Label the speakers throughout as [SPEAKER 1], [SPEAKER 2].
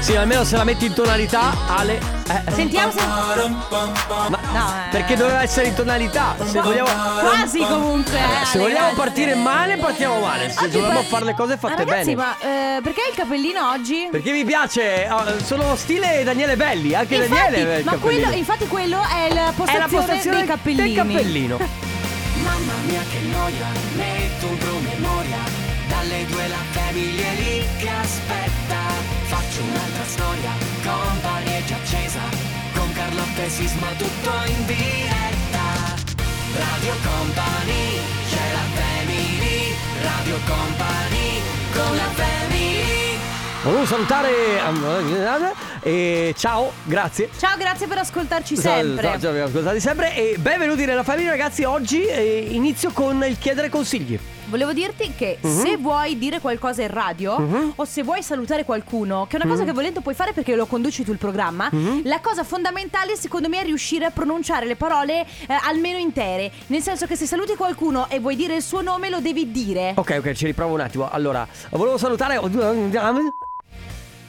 [SPEAKER 1] Sì, almeno se la metti in tonalità, Ale. eh,
[SPEAKER 2] Sentiamo se.
[SPEAKER 1] ma-
[SPEAKER 2] No, eh.
[SPEAKER 1] Perché doveva essere in tonalità. Se vogliamo.
[SPEAKER 2] Quasi comunque. eh,
[SPEAKER 1] Se
[SPEAKER 2] Ale,
[SPEAKER 1] vogliamo
[SPEAKER 2] eh.
[SPEAKER 1] partire male, partiamo male. Se
[SPEAKER 2] Oggi
[SPEAKER 1] dobbiamo
[SPEAKER 2] par-
[SPEAKER 1] fare le cose
[SPEAKER 2] Ma
[SPEAKER 1] fatte
[SPEAKER 2] ragazzi,
[SPEAKER 1] bene.
[SPEAKER 2] ma eh, perché hai il cappellino oggi?
[SPEAKER 1] Perché mi piace, ah, sono stile Daniele Belli, anche Daniele aveva
[SPEAKER 2] Infatti,
[SPEAKER 1] il
[SPEAKER 2] ma
[SPEAKER 1] cappellino.
[SPEAKER 2] quello, infatti quello è la postazione,
[SPEAKER 1] è la postazione
[SPEAKER 2] dei cappellini.
[SPEAKER 1] Del cappellino.
[SPEAKER 3] Mamma mia che noia, metto un promemoria Dalle due la famiglia è lì che aspetta Faccio un'altra storia, company è già accesa Con Carlotta e Sisma tutto in diretta Radio Company, c'è la family Radio Company, con la family
[SPEAKER 1] Volevo eh, salutare. eh, E ciao, grazie.
[SPEAKER 2] Ciao, grazie per ascoltarci
[SPEAKER 1] Ciao,
[SPEAKER 2] sempre.
[SPEAKER 1] ciao, ciao, ascoltati sempre e benvenuti nella famiglia ragazzi. Oggi eh, inizio con il chiedere consigli.
[SPEAKER 2] Volevo dirti che
[SPEAKER 1] Mhm.
[SPEAKER 2] se vuoi dire qualcosa in radio o se vuoi salutare qualcuno, che è una
[SPEAKER 1] Mhm.
[SPEAKER 2] cosa che volendo puoi fare perché lo conduci tu il programma, la cosa fondamentale secondo me è riuscire a pronunciare le parole eh, almeno intere. Nel senso che se saluti qualcuno e vuoi dire il suo nome lo devi dire.
[SPEAKER 1] Ok, ok, ci riprovo un attimo. Allora, volevo salutare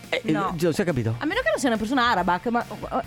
[SPEAKER 1] Eh, eh,
[SPEAKER 2] No.
[SPEAKER 1] Non si è capito.
[SPEAKER 2] A meno che non sia una persona araba, che- ma... oh,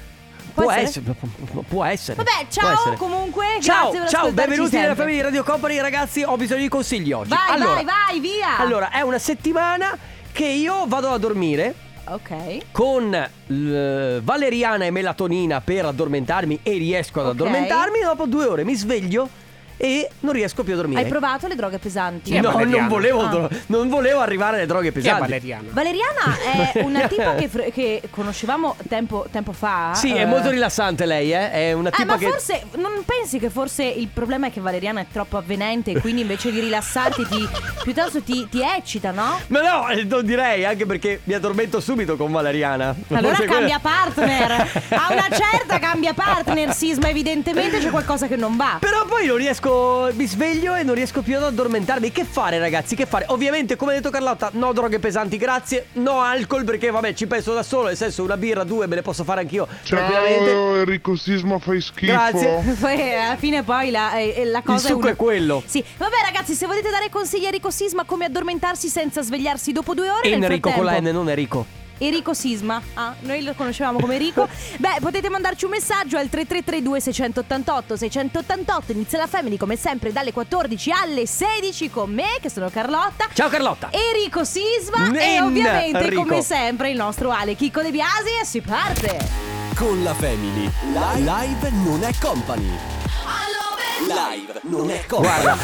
[SPEAKER 2] Può,
[SPEAKER 1] Può
[SPEAKER 2] essere?
[SPEAKER 1] essere? pu- pu- può essere.
[SPEAKER 2] Vabbè, ciao
[SPEAKER 1] Può essere.
[SPEAKER 2] comunque,
[SPEAKER 1] Ciao,
[SPEAKER 2] grazie per
[SPEAKER 1] ciao,
[SPEAKER 2] ascoltarci
[SPEAKER 1] benvenuti nella
[SPEAKER 2] sempre.
[SPEAKER 1] famiglia di Radio Company, ragazzi. Ho bisogno di consigli oggi.
[SPEAKER 2] Vai,
[SPEAKER 1] allora,
[SPEAKER 2] vai, vai, via.
[SPEAKER 1] Allora, è una settimana che io vado a dormire
[SPEAKER 2] Ok.
[SPEAKER 1] con l- valeriana e melatonina per addormentarmi e riesco ad
[SPEAKER 2] Ok.
[SPEAKER 1] addormentarmi. Dopo due ore mi sveglio e non riesco più a dormire.
[SPEAKER 2] Hai provato le droghe pesanti?
[SPEAKER 1] no, non
[SPEAKER 4] valeriana?
[SPEAKER 1] volevo,
[SPEAKER 2] Ah.
[SPEAKER 1] dro- non volevo arrivare alle droghe
[SPEAKER 4] Chi è
[SPEAKER 1] pesanti.
[SPEAKER 4] Valeriana?
[SPEAKER 2] Valeriana è una tipa che, fre- che conoscevamo tempo, tempo fa.
[SPEAKER 1] Sì, è
[SPEAKER 2] eh.
[SPEAKER 1] molto rilassante lei, eh. È una
[SPEAKER 2] Eh,
[SPEAKER 1] tipa
[SPEAKER 2] ma
[SPEAKER 1] che.
[SPEAKER 2] forse non pensi che forse il problema è che Valeriana è troppo avvenente e quindi invece di rilassarti ti, piuttosto ti, ti eccita, no?
[SPEAKER 1] Ma no, eh, non direi, anche perché mi addormento subito con Valeriana.
[SPEAKER 2] Allora
[SPEAKER 1] Forse
[SPEAKER 2] cambia
[SPEAKER 1] quella-
[SPEAKER 2] partner. A una certa cambia partner, Sisma, evidentemente c'è qualcosa che non va.
[SPEAKER 1] Però poi non riesco, mi sveglio e non riesco più ad addormentarmi. Che fare, ragazzi? Che fare? Ovviamente, come ha detto Carlotta, no droghe pesanti, grazie. No alcol, perché vabbè, ci penso da solo. Nel senso, una birra, due me le posso fare anch'io. tranquillamente.
[SPEAKER 5] Ciao Enrico Sisma fai schifo
[SPEAKER 1] Grazie.
[SPEAKER 2] Poi eh, alla fine poi la, eh, eh, la cosa
[SPEAKER 1] succo
[SPEAKER 2] una-
[SPEAKER 1] è quello.
[SPEAKER 2] Sì. Vabbè ragazzi, se volete dare consigli a Enrico Sisma come addormentarsi senza svegliarsi dopo due ore nel
[SPEAKER 1] Enrico con la N,
[SPEAKER 2] frattempo-
[SPEAKER 1] non Enrico.
[SPEAKER 2] Enrico Sisma. Ah, noi lo conoscevamo come Enrico. Beh, potete mandarci un messaggio al 3332 688 688. Inizia la Family come sempre dalle 14 alle 16 con me che sono Carlotta.
[SPEAKER 1] Ciao, Carlotta.
[SPEAKER 2] Eh. Enrico Sisma e
[SPEAKER 1] Nen-
[SPEAKER 2] ovviamente
[SPEAKER 1] Enrico.
[SPEAKER 2] come sempre il nostro Ale Chicco De Biasi e si parte.
[SPEAKER 6] Con la family. Live, non è company. Live non è company.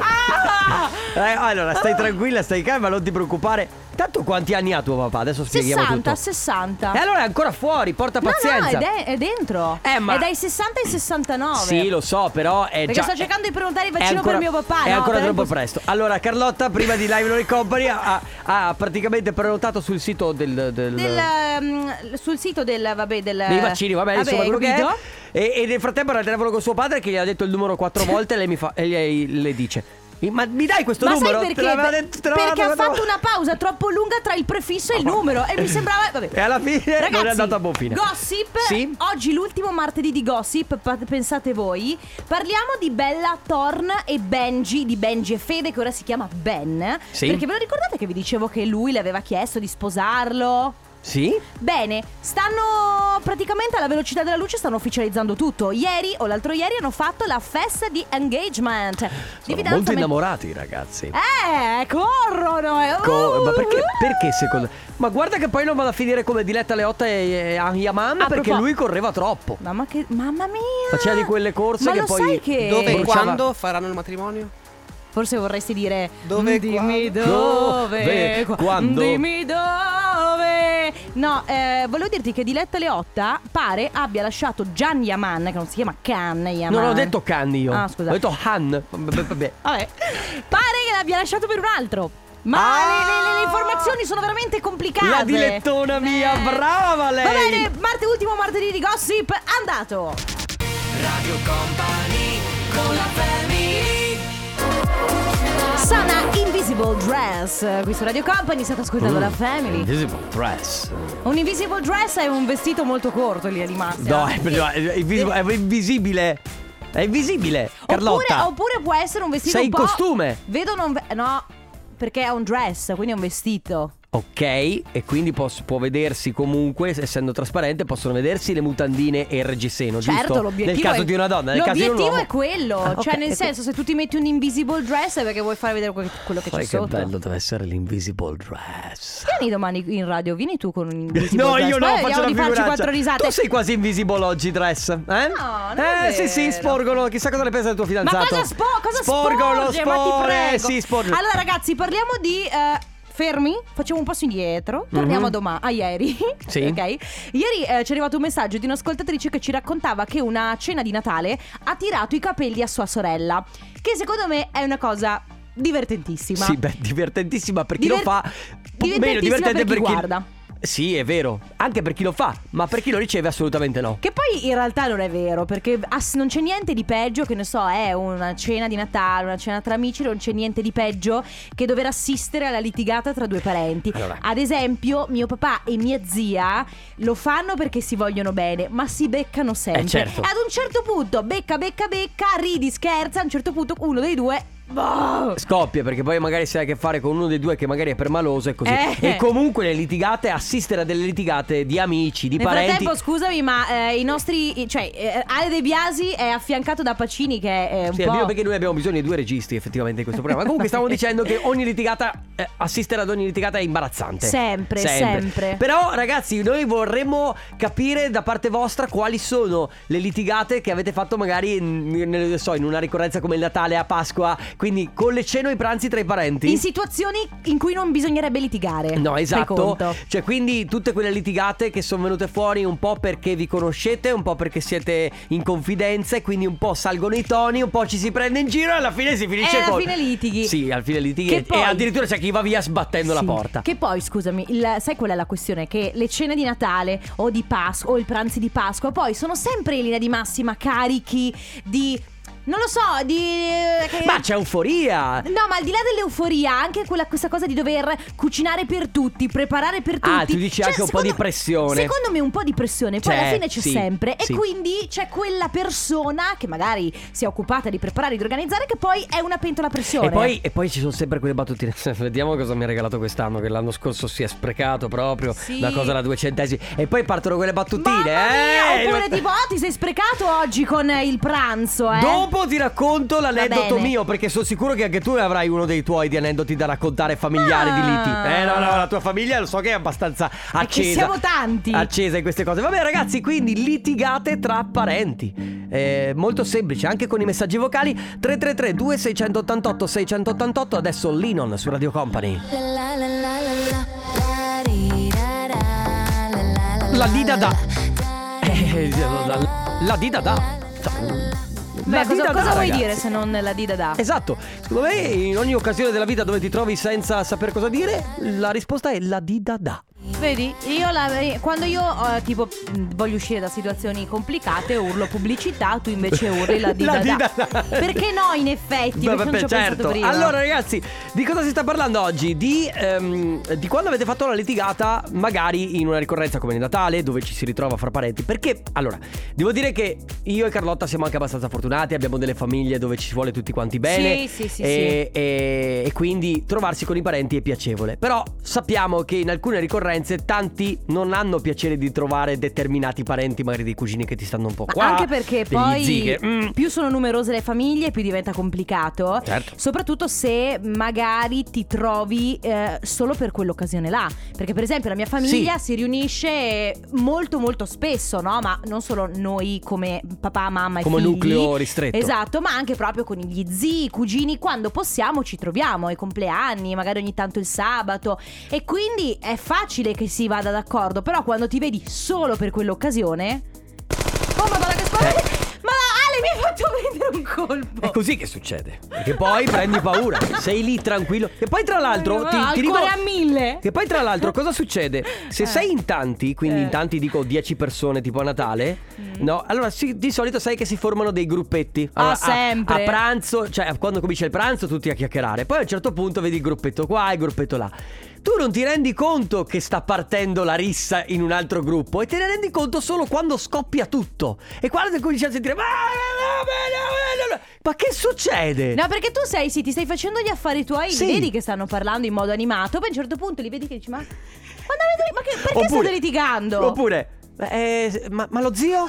[SPEAKER 2] Ah!
[SPEAKER 1] Eh, allora, stai tranquilla, stai calma, non ti preoccupare. Tanto quanti anni ha tuo papà? Adesso spieghiamo
[SPEAKER 2] 60,
[SPEAKER 1] tutto. Eh,
[SPEAKER 2] 60.
[SPEAKER 1] E allora è ancora fuori, porta
[SPEAKER 2] No,
[SPEAKER 1] pazienza.
[SPEAKER 2] no, è, de- è dentro.
[SPEAKER 1] Eh, ma-
[SPEAKER 2] È dai 60 ai 69.
[SPEAKER 1] Sì, lo so, però è
[SPEAKER 2] Perché
[SPEAKER 1] già-
[SPEAKER 2] sto cercando di prenotare il
[SPEAKER 1] è
[SPEAKER 2] vaccino
[SPEAKER 1] ancora-
[SPEAKER 2] per mio papà.
[SPEAKER 1] È
[SPEAKER 2] no,
[SPEAKER 1] ancora
[SPEAKER 2] però
[SPEAKER 1] troppo
[SPEAKER 2] imposs-
[SPEAKER 1] presto. Allora, Carlotta, prima di Live Lori Company, ha, ha praticamente prenotato sul sito del. del-
[SPEAKER 2] Del, ehm, sul sito del, vabbè, del
[SPEAKER 1] dei vaccini, va bene, insomma,
[SPEAKER 2] hai
[SPEAKER 1] quello che è.
[SPEAKER 2] capito?
[SPEAKER 1] E, e nel frattempo era al telefono con suo padre che gli ha detto il numero quattro volte e lei mi fa- e gli- le dice: Ma mi dai questo
[SPEAKER 2] Ma
[SPEAKER 1] numero?
[SPEAKER 2] sai perché?
[SPEAKER 1] Te l'aveva
[SPEAKER 2] Beh,
[SPEAKER 1] detto- te l'aveva
[SPEAKER 2] perché ha
[SPEAKER 1] dato
[SPEAKER 2] fatto
[SPEAKER 1] quattro
[SPEAKER 2] una pausa troppo lunga tra il prefisso e il numero e mi sembrava vabbè.
[SPEAKER 1] E alla fine non è
[SPEAKER 2] Ragazzi,
[SPEAKER 1] andata a buon fine.
[SPEAKER 2] Gossip.
[SPEAKER 1] Sì.
[SPEAKER 2] Oggi l'ultimo martedì di Gossip, pa- pensate voi. Parliamo di Bella Thorn e Benji, di Benji e Fede che ora si chiama Ben.
[SPEAKER 1] Sì.
[SPEAKER 2] Perché ve lo ricordate che vi dicevo che lui le aveva chiesto di sposarlo?
[SPEAKER 1] Sì?
[SPEAKER 2] Bene, stanno praticamente alla velocità della luce, stanno ufficializzando tutto. Ieri o l'altro ieri hanno fatto la festa di engagement. Di
[SPEAKER 1] Sono
[SPEAKER 2] fidanzamento-
[SPEAKER 1] molto innamorati, ragazzi.
[SPEAKER 2] Eh, corrono. eh.
[SPEAKER 1] Co- ma perché, perché secondo Ma guarda che poi non vado a finire come Diletta Leotta e, e a Yaman
[SPEAKER 2] A
[SPEAKER 1] perché
[SPEAKER 2] propos-
[SPEAKER 1] lui correva troppo.
[SPEAKER 2] Mamma, che... Mamma mia.
[SPEAKER 1] Faceva di quelle corse
[SPEAKER 2] Ma
[SPEAKER 1] che
[SPEAKER 2] lo
[SPEAKER 1] poi-
[SPEAKER 2] sai che...
[SPEAKER 4] Dove e
[SPEAKER 1] Bruciava-
[SPEAKER 4] quando faranno il matrimonio?
[SPEAKER 2] Forse vorresti dire
[SPEAKER 4] Dove e
[SPEAKER 2] dimmi
[SPEAKER 4] quando?"
[SPEAKER 2] dove,
[SPEAKER 1] Dove,
[SPEAKER 2] qua-
[SPEAKER 1] quando?
[SPEAKER 2] dimmi dove. No, eh, volevo dirti che Diletta Leotta pare abbia lasciato Gian Yaman, che non si chiama Can Yaman.
[SPEAKER 1] Non ho detto Canni io.
[SPEAKER 2] Ah, scusa.
[SPEAKER 1] Ho detto Han. Vabbè, vabbè.
[SPEAKER 2] Vabbè, pare che l'abbia lasciato per un altro. Ma
[SPEAKER 1] Ah!
[SPEAKER 2] le, le- le informazioni sono veramente complicate.
[SPEAKER 1] La dilettona mia,
[SPEAKER 2] Eh.
[SPEAKER 1] brava
[SPEAKER 2] Va
[SPEAKER 1] lei.
[SPEAKER 2] bene, marte- ultimo martedì di gossip, andato.
[SPEAKER 3] Radio Company, con la family
[SPEAKER 2] Sana Invisible Dress. eh, Qui su Radio Company state
[SPEAKER 1] Mm.
[SPEAKER 2] ascoltando la Family.
[SPEAKER 1] Invisible Press.
[SPEAKER 2] Un Invisible Dress è un vestito molto corto lì è rimasto.
[SPEAKER 1] No, è, no, è- è invis- è invisibile. È invisibile.
[SPEAKER 2] Oppure,
[SPEAKER 1] Carlotta.
[SPEAKER 2] oppure può essere un vestito
[SPEAKER 1] Sei in
[SPEAKER 2] un po'-
[SPEAKER 1] costume.
[SPEAKER 2] Vedo non ve- no, perché è un dress, quindi è un vestito.
[SPEAKER 1] Ok, e quindi posso- può vedersi comunque, essendo trasparente, possono vedersi le mutandine e il reggiseno, giusto?
[SPEAKER 2] Certo, l'obiettivo
[SPEAKER 1] Nel caso
[SPEAKER 2] è...
[SPEAKER 1] di una donna, nel caso di
[SPEAKER 2] l'obiettivo
[SPEAKER 1] un uomo.
[SPEAKER 2] è quello,
[SPEAKER 1] Ah,
[SPEAKER 2] cioè
[SPEAKER 1] ok.
[SPEAKER 2] nel senso se tu ti metti un invisible dress è perché vuoi fare vedere que- quello che c'è
[SPEAKER 1] Sai che
[SPEAKER 2] sotto.
[SPEAKER 1] bello deve essere l'invisible dress.
[SPEAKER 2] Vieni domani in radio, vieni tu con un invisible
[SPEAKER 1] No,
[SPEAKER 2] dress.
[SPEAKER 1] io no,
[SPEAKER 2] Poi
[SPEAKER 1] faccio
[SPEAKER 2] vediamo
[SPEAKER 1] la
[SPEAKER 2] di farci
[SPEAKER 1] figuraccia.
[SPEAKER 2] quattro risate.
[SPEAKER 1] Tu sei quasi invisible oggi, Dress. Eh? No,
[SPEAKER 2] non
[SPEAKER 1] eh,
[SPEAKER 2] è
[SPEAKER 1] sì, sì,
[SPEAKER 2] vero.
[SPEAKER 1] sporgono. Chissà cosa ne pensa del tuo
[SPEAKER 2] Ma
[SPEAKER 1] fidanzato.
[SPEAKER 2] cosa, spo- cosa
[SPEAKER 1] sporgono,
[SPEAKER 2] sporge? Ma ti
[SPEAKER 1] spore.
[SPEAKER 2] prego.
[SPEAKER 1] Sì, sporge.
[SPEAKER 2] Allora ragazzi, parliamo di... eh, fermi, facciamo un passo indietro. Torniamo a domani, a ieri.
[SPEAKER 1] Mhm. Sì.
[SPEAKER 2] ok? Ieri eh, ci è arrivato un messaggio di un'ascoltatrice che ci raccontava che una cena di Natale ha tirato i capelli a sua sorella. Che secondo me è una cosa divertentissima.
[SPEAKER 1] Sì, beh, divertentissima per chi
[SPEAKER 2] Diver-
[SPEAKER 1] lo fa.
[SPEAKER 2] divertentissima
[SPEAKER 1] Meno divertente
[SPEAKER 2] per
[SPEAKER 1] per
[SPEAKER 2] chi
[SPEAKER 1] chi
[SPEAKER 2] guarda.
[SPEAKER 1] Sì, è vero. Anche per chi lo fa, ma per chi lo riceve assolutamente no.
[SPEAKER 2] Che poi in realtà non è vero, perché ass- non c'è niente di peggio, che ne so, è una cena di Natale, una cena tra amici, non c'è niente di peggio che dover assistere alla litigata tra due parenti.
[SPEAKER 1] Allora.
[SPEAKER 2] Ad esempio, mio papà e mia zia lo fanno perché si vogliono bene, ma si beccano sempre.
[SPEAKER 1] Eh, certo.
[SPEAKER 2] Ad un certo punto, becca, becca, becca, ridi, scherza, a un certo punto uno dei due... boh,
[SPEAKER 1] Scoppia perché poi magari si ha a che fare con uno dei due che magari è permaloso e così.
[SPEAKER 2] Eh.
[SPEAKER 1] E comunque le litigate, assistere a delle litigate di amici, di
[SPEAKER 2] Nel
[SPEAKER 1] parenti.
[SPEAKER 2] frattempo, scusami, ma eh, i nostri. Cioè, eh, Ale De Biasi è affiancato da Pacini, che è eh, un
[SPEAKER 1] Sì,
[SPEAKER 2] po'.
[SPEAKER 1] almeno perché noi abbiamo bisogno di due registi effettivamente in questo programma. Comunque stavamo dicendo che ogni litigata, eh, assistere ad ogni litigata è imbarazzante.
[SPEAKER 2] Sempre, sempre.
[SPEAKER 1] Però ragazzi, noi vorremmo capire da parte vostra quali sono le litigate che avete fatto magari mm, non lo so, in una ricorrenza come il Natale, a Pasqua, quindi con le cene o i pranzi tra i parenti.
[SPEAKER 2] In situazioni in cui non bisognerebbe litigare.
[SPEAKER 1] No,
[SPEAKER 2] Fai
[SPEAKER 1] esatto.
[SPEAKER 2] conto.
[SPEAKER 1] Cioè, quindi tutte quelle litigate che sono venute fuori un po' perché vi conoscete, un po' perché siete in confidenza e quindi un po' salgono i toni, un po' ci si prende in giro e alla fine si finisce
[SPEAKER 2] E Eh, alla
[SPEAKER 1] con-
[SPEAKER 2] fine litighi.
[SPEAKER 1] Sì, alla fine litighi
[SPEAKER 2] Che
[SPEAKER 1] e,
[SPEAKER 2] poi-
[SPEAKER 1] e addirittura c'è chi va via sbattendo
[SPEAKER 2] Sì.
[SPEAKER 1] la porta.
[SPEAKER 2] Che poi, scusami, il- sai qual è la questione? Che le cene di Natale o di Pasqua o il pranzi di Pasqua poi sono sempre in linea di massima carichi di. Non lo so, di. eh, che-
[SPEAKER 1] Ma c'è euforia.
[SPEAKER 2] No, ma al di là dell'euforia, anche quella, questa cosa di dover cucinare per tutti, preparare per tutti. cioè,
[SPEAKER 1] Ah, tu dici anche un po'
[SPEAKER 2] secondo-
[SPEAKER 1] di pressione.
[SPEAKER 2] Secondo me un po' di pressione, poi
[SPEAKER 1] C'è,
[SPEAKER 2] alla fine c'è
[SPEAKER 1] sì,
[SPEAKER 2] sempre.
[SPEAKER 1] sì.
[SPEAKER 2] E quindi c'è quella persona che magari si è occupata di preparare, di organizzare, che poi è una pentola a pressione.
[SPEAKER 1] E poi, e poi ci sono sempre quelle battutine. Vediamo cosa mi ha regalato quest'anno, che l'anno scorso si è sprecato proprio.
[SPEAKER 2] Sì.
[SPEAKER 1] Una cosa da duecentesima. E poi partono quelle battutine.
[SPEAKER 2] Mamma mia,
[SPEAKER 1] eh!
[SPEAKER 2] Oppure tipo, oh, ti sei sprecato oggi con il pranzo, eh?
[SPEAKER 1] Dopo ti racconto l'aneddoto
[SPEAKER 2] bene.
[SPEAKER 1] mio, perché sono sicuro che anche tu ne avrai uno dei tuoi di aneddoti da raccontare familiari di liti.
[SPEAKER 2] Ah.
[SPEAKER 1] Eh no, no, la tua famiglia lo so che è abbastanza accesa.
[SPEAKER 2] siamo tanti.
[SPEAKER 1] Accesa in queste cose. Vabbè, ragazzi, quindi litigate tra parenti. Eh, molto semplice, anche con i messaggi vocali 333 2688 688 adesso Linon su Radio Company. La dida da. Eh, la- La dida da.
[SPEAKER 2] Beh,
[SPEAKER 1] La
[SPEAKER 2] cosa,
[SPEAKER 1] dida
[SPEAKER 2] cosa
[SPEAKER 1] da,
[SPEAKER 2] vuoi
[SPEAKER 1] ragazzi.
[SPEAKER 2] dire se non la dida da?
[SPEAKER 1] Esatto, secondo me in ogni occasione della vita dove ti trovi senza saper cosa dire, la risposta è la di da da.
[SPEAKER 2] Vedi, io la- quando io eh, tipo mh, voglio uscire da situazioni complicate urlo pubblicità, tu invece urli la dida
[SPEAKER 1] La
[SPEAKER 2] da.
[SPEAKER 1] dida da.
[SPEAKER 2] Perché no, in effetti, perché non ci ho pensato
[SPEAKER 1] certo.
[SPEAKER 2] prima.
[SPEAKER 1] Allora ragazzi, di cosa si sta parlando oggi? Di, ehm, di quando avete fatto la litigata magari in una ricorrenza come il Natale, dove ci si ritrova fra parenti. Perché, allora, devo dire che io e Carlotta siamo anche abbastanza fortunati, abbiamo delle famiglie dove ci si vuole tutti quanti bene.
[SPEAKER 2] Sì, sì, sì,
[SPEAKER 1] e, e- e quindi trovarsi con i parenti è piacevole. Però sappiamo che in alcune ricorrenze tanti non hanno piacere di trovare determinati parenti, magari dei cugini che ti stanno un po'
[SPEAKER 2] Ma
[SPEAKER 1] qua.
[SPEAKER 2] anche perché
[SPEAKER 1] degli
[SPEAKER 2] poi
[SPEAKER 1] zii che- Mm.
[SPEAKER 2] più sono numerose le famiglie, più diventa complicato.
[SPEAKER 1] Certo.
[SPEAKER 2] Soprattutto se magari ti trovi eh, solo per quell'occasione là. Perché, per esempio, la mia famiglia si riunisce molto molto spesso, no? Ma non solo noi come papà, mamma e
[SPEAKER 1] Come
[SPEAKER 2] figli.
[SPEAKER 1] nucleo ristretto.
[SPEAKER 2] Esatto, ma anche proprio con gli zii, i cugini, quando possiamo ci troviamo ai compleanni, magari ogni tanto il sabato e quindi è facile che si vada d'accordo, però quando ti vedi solo per quell'occasione Oh madonna che spavento! Ma Ale mi hai fatto prendere un colpo!
[SPEAKER 1] Eh. È così che succede. Perché poi prendi paura, sei lì tranquillo. E poi, tra l'altro, ti,
[SPEAKER 2] Al
[SPEAKER 1] ti dico.
[SPEAKER 2] cuore a mille.
[SPEAKER 1] Che poi, tra l'altro, cosa succede? Se
[SPEAKER 2] Eh.
[SPEAKER 1] sei in tanti, quindi in tanti dico 10 persone tipo a Natale, no? Allora sì, di solito sai che si formano dei gruppetti.
[SPEAKER 2] Mm. Ah,
[SPEAKER 1] Allora, a- A,
[SPEAKER 2] sempre.
[SPEAKER 1] pranzo, cioè quando comincia il pranzo, tutti a chiacchierare. Poi a un certo punto vedi il gruppetto qua e il gruppetto là. Tu non ti rendi conto che sta partendo la rissa in un altro gruppo e te ne rendi conto solo quando scoppia tutto. E quando cominci a sentire. "Ma- ma- ma- ma- ma- ma- ma-". Ma che succede?
[SPEAKER 2] No, perché tu sei, sì, ti stai facendo gli affari tuoi,
[SPEAKER 1] Sì.
[SPEAKER 2] li vedi che stanno parlando in modo animato, poi a un certo punto li vedi che dici, ma, ma, dove- ma che, perché state litigando?
[SPEAKER 1] Oppure, eh, ma, ma lo zio?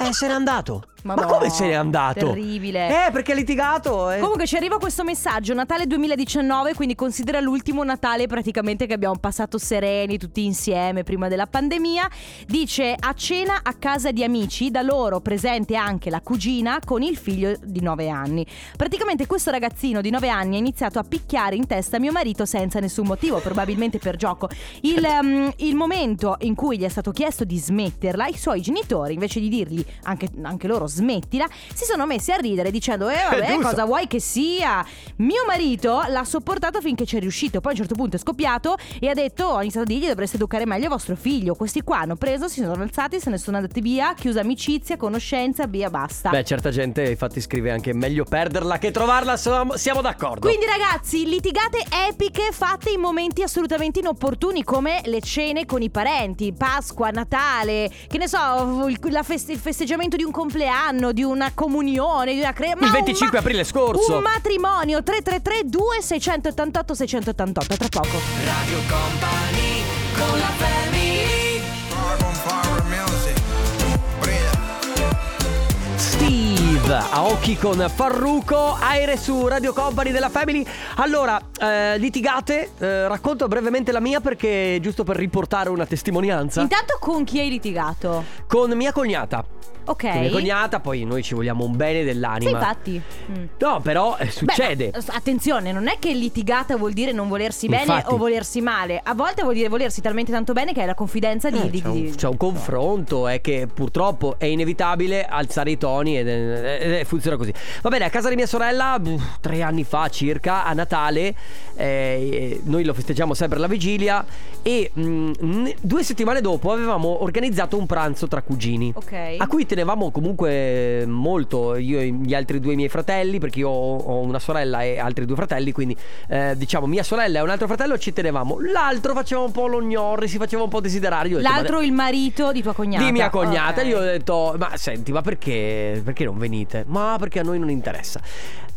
[SPEAKER 1] Eh, se n'è andato.
[SPEAKER 2] Ma no,
[SPEAKER 1] come se n'è andato?
[SPEAKER 2] terribile.
[SPEAKER 1] Eh, perché ha litigato. eh.
[SPEAKER 2] Comunque ci arriva questo messaggio, Natale 2019, quindi considera l'ultimo Natale praticamente che abbiamo passato sereni tutti insieme prima della pandemia. Dice a cena a casa di amici, da loro presente anche la cugina con il figlio di 9 anni. Praticamente questo ragazzino di 9 anni ha iniziato a picchiare in testa mio marito senza nessun motivo, probabilmente per gioco. Il, ehm, il momento in cui gli è stato chiesto di smetterla, i suoi genitori invece di dirgli anche, anche loro smettila, si sono messi a ridere dicendo eh vabbè
[SPEAKER 1] giusto.
[SPEAKER 2] cosa vuoi che sia. Mio marito l'ha sopportato finché ci è riuscito, poi a un certo punto è scoppiato e ha detto ho iniziato a dirgli dovreste educare meglio vostro figlio. Questi qua hanno preso, si sono alzati, se ne sono andati via, chiusa amicizia, conoscenza, via basta.
[SPEAKER 1] Beh, certa gente infatti scrive anche meglio perderla che trovarla, siamo, siamo d'accordo.
[SPEAKER 2] Quindi ragazzi, litigate epiche fatte in momenti assolutamente inopportuni come le cene con i parenti, Pasqua, Natale, che ne so, il, la feste- il festeggiamento di un compleanno, di una comunione, di una cre- ma
[SPEAKER 1] Il
[SPEAKER 2] un
[SPEAKER 1] 25
[SPEAKER 2] ma-
[SPEAKER 1] aprile scorso.
[SPEAKER 2] Un matrimonio 333 2688 688 tra poco.
[SPEAKER 3] Radio Company con la family
[SPEAKER 1] Steve a occhi con Farruco, aere su Radio Company della Family. Allora, eh, litigate, eh, racconto brevemente la mia perché giusto per riportare una testimonianza
[SPEAKER 2] Intanto con chi hai litigato?
[SPEAKER 1] con mia cognata.
[SPEAKER 2] Ok.
[SPEAKER 1] Con mia cognata, poi noi ci vogliamo un bene
[SPEAKER 2] Sì,
[SPEAKER 1] dell'anima.
[SPEAKER 2] infatti. Mm.
[SPEAKER 1] No, però eh,
[SPEAKER 2] Beh,
[SPEAKER 1] succede.
[SPEAKER 2] ma, s- attenzione, non è che litigata vuol dire non volersi bene
[SPEAKER 1] Infatti.
[SPEAKER 2] o volersi male. A volte vuol dire volersi talmente tanto bene che hai la confidenza di.
[SPEAKER 1] Eh,
[SPEAKER 2] di-
[SPEAKER 1] c'è, un,
[SPEAKER 2] di-
[SPEAKER 1] c'è un confronto, è che purtroppo è inevitabile alzare i toni ed, eh, eh, funziona così. Va bene, a casa di mia sorella, pff, tre anni fa circa, a Natale, eh, noi lo festeggiamo sempre alla vigilia e mm, ne- due settimane dopo avevamo organizzato un pranzo tra cugini.
[SPEAKER 2] Ok.
[SPEAKER 1] A cui tenevamo comunque molto io e gli altri due miei fratelli, perché io ho ho una sorella e altri due fratelli, quindi eh, diciamo mia sorella e un altro fratello ci tenevamo. L'altro faceva un po' l'ognorre, si faceva un po' desiderare. Io ho detto,
[SPEAKER 2] L'altro il marito di tua
[SPEAKER 1] "Ma
[SPEAKER 2] cognata.
[SPEAKER 1] de- di mia cognata,
[SPEAKER 2] Ok.
[SPEAKER 1] io ho detto, ma senti, ma perché, perché non venite? Ma perché a noi non interessa.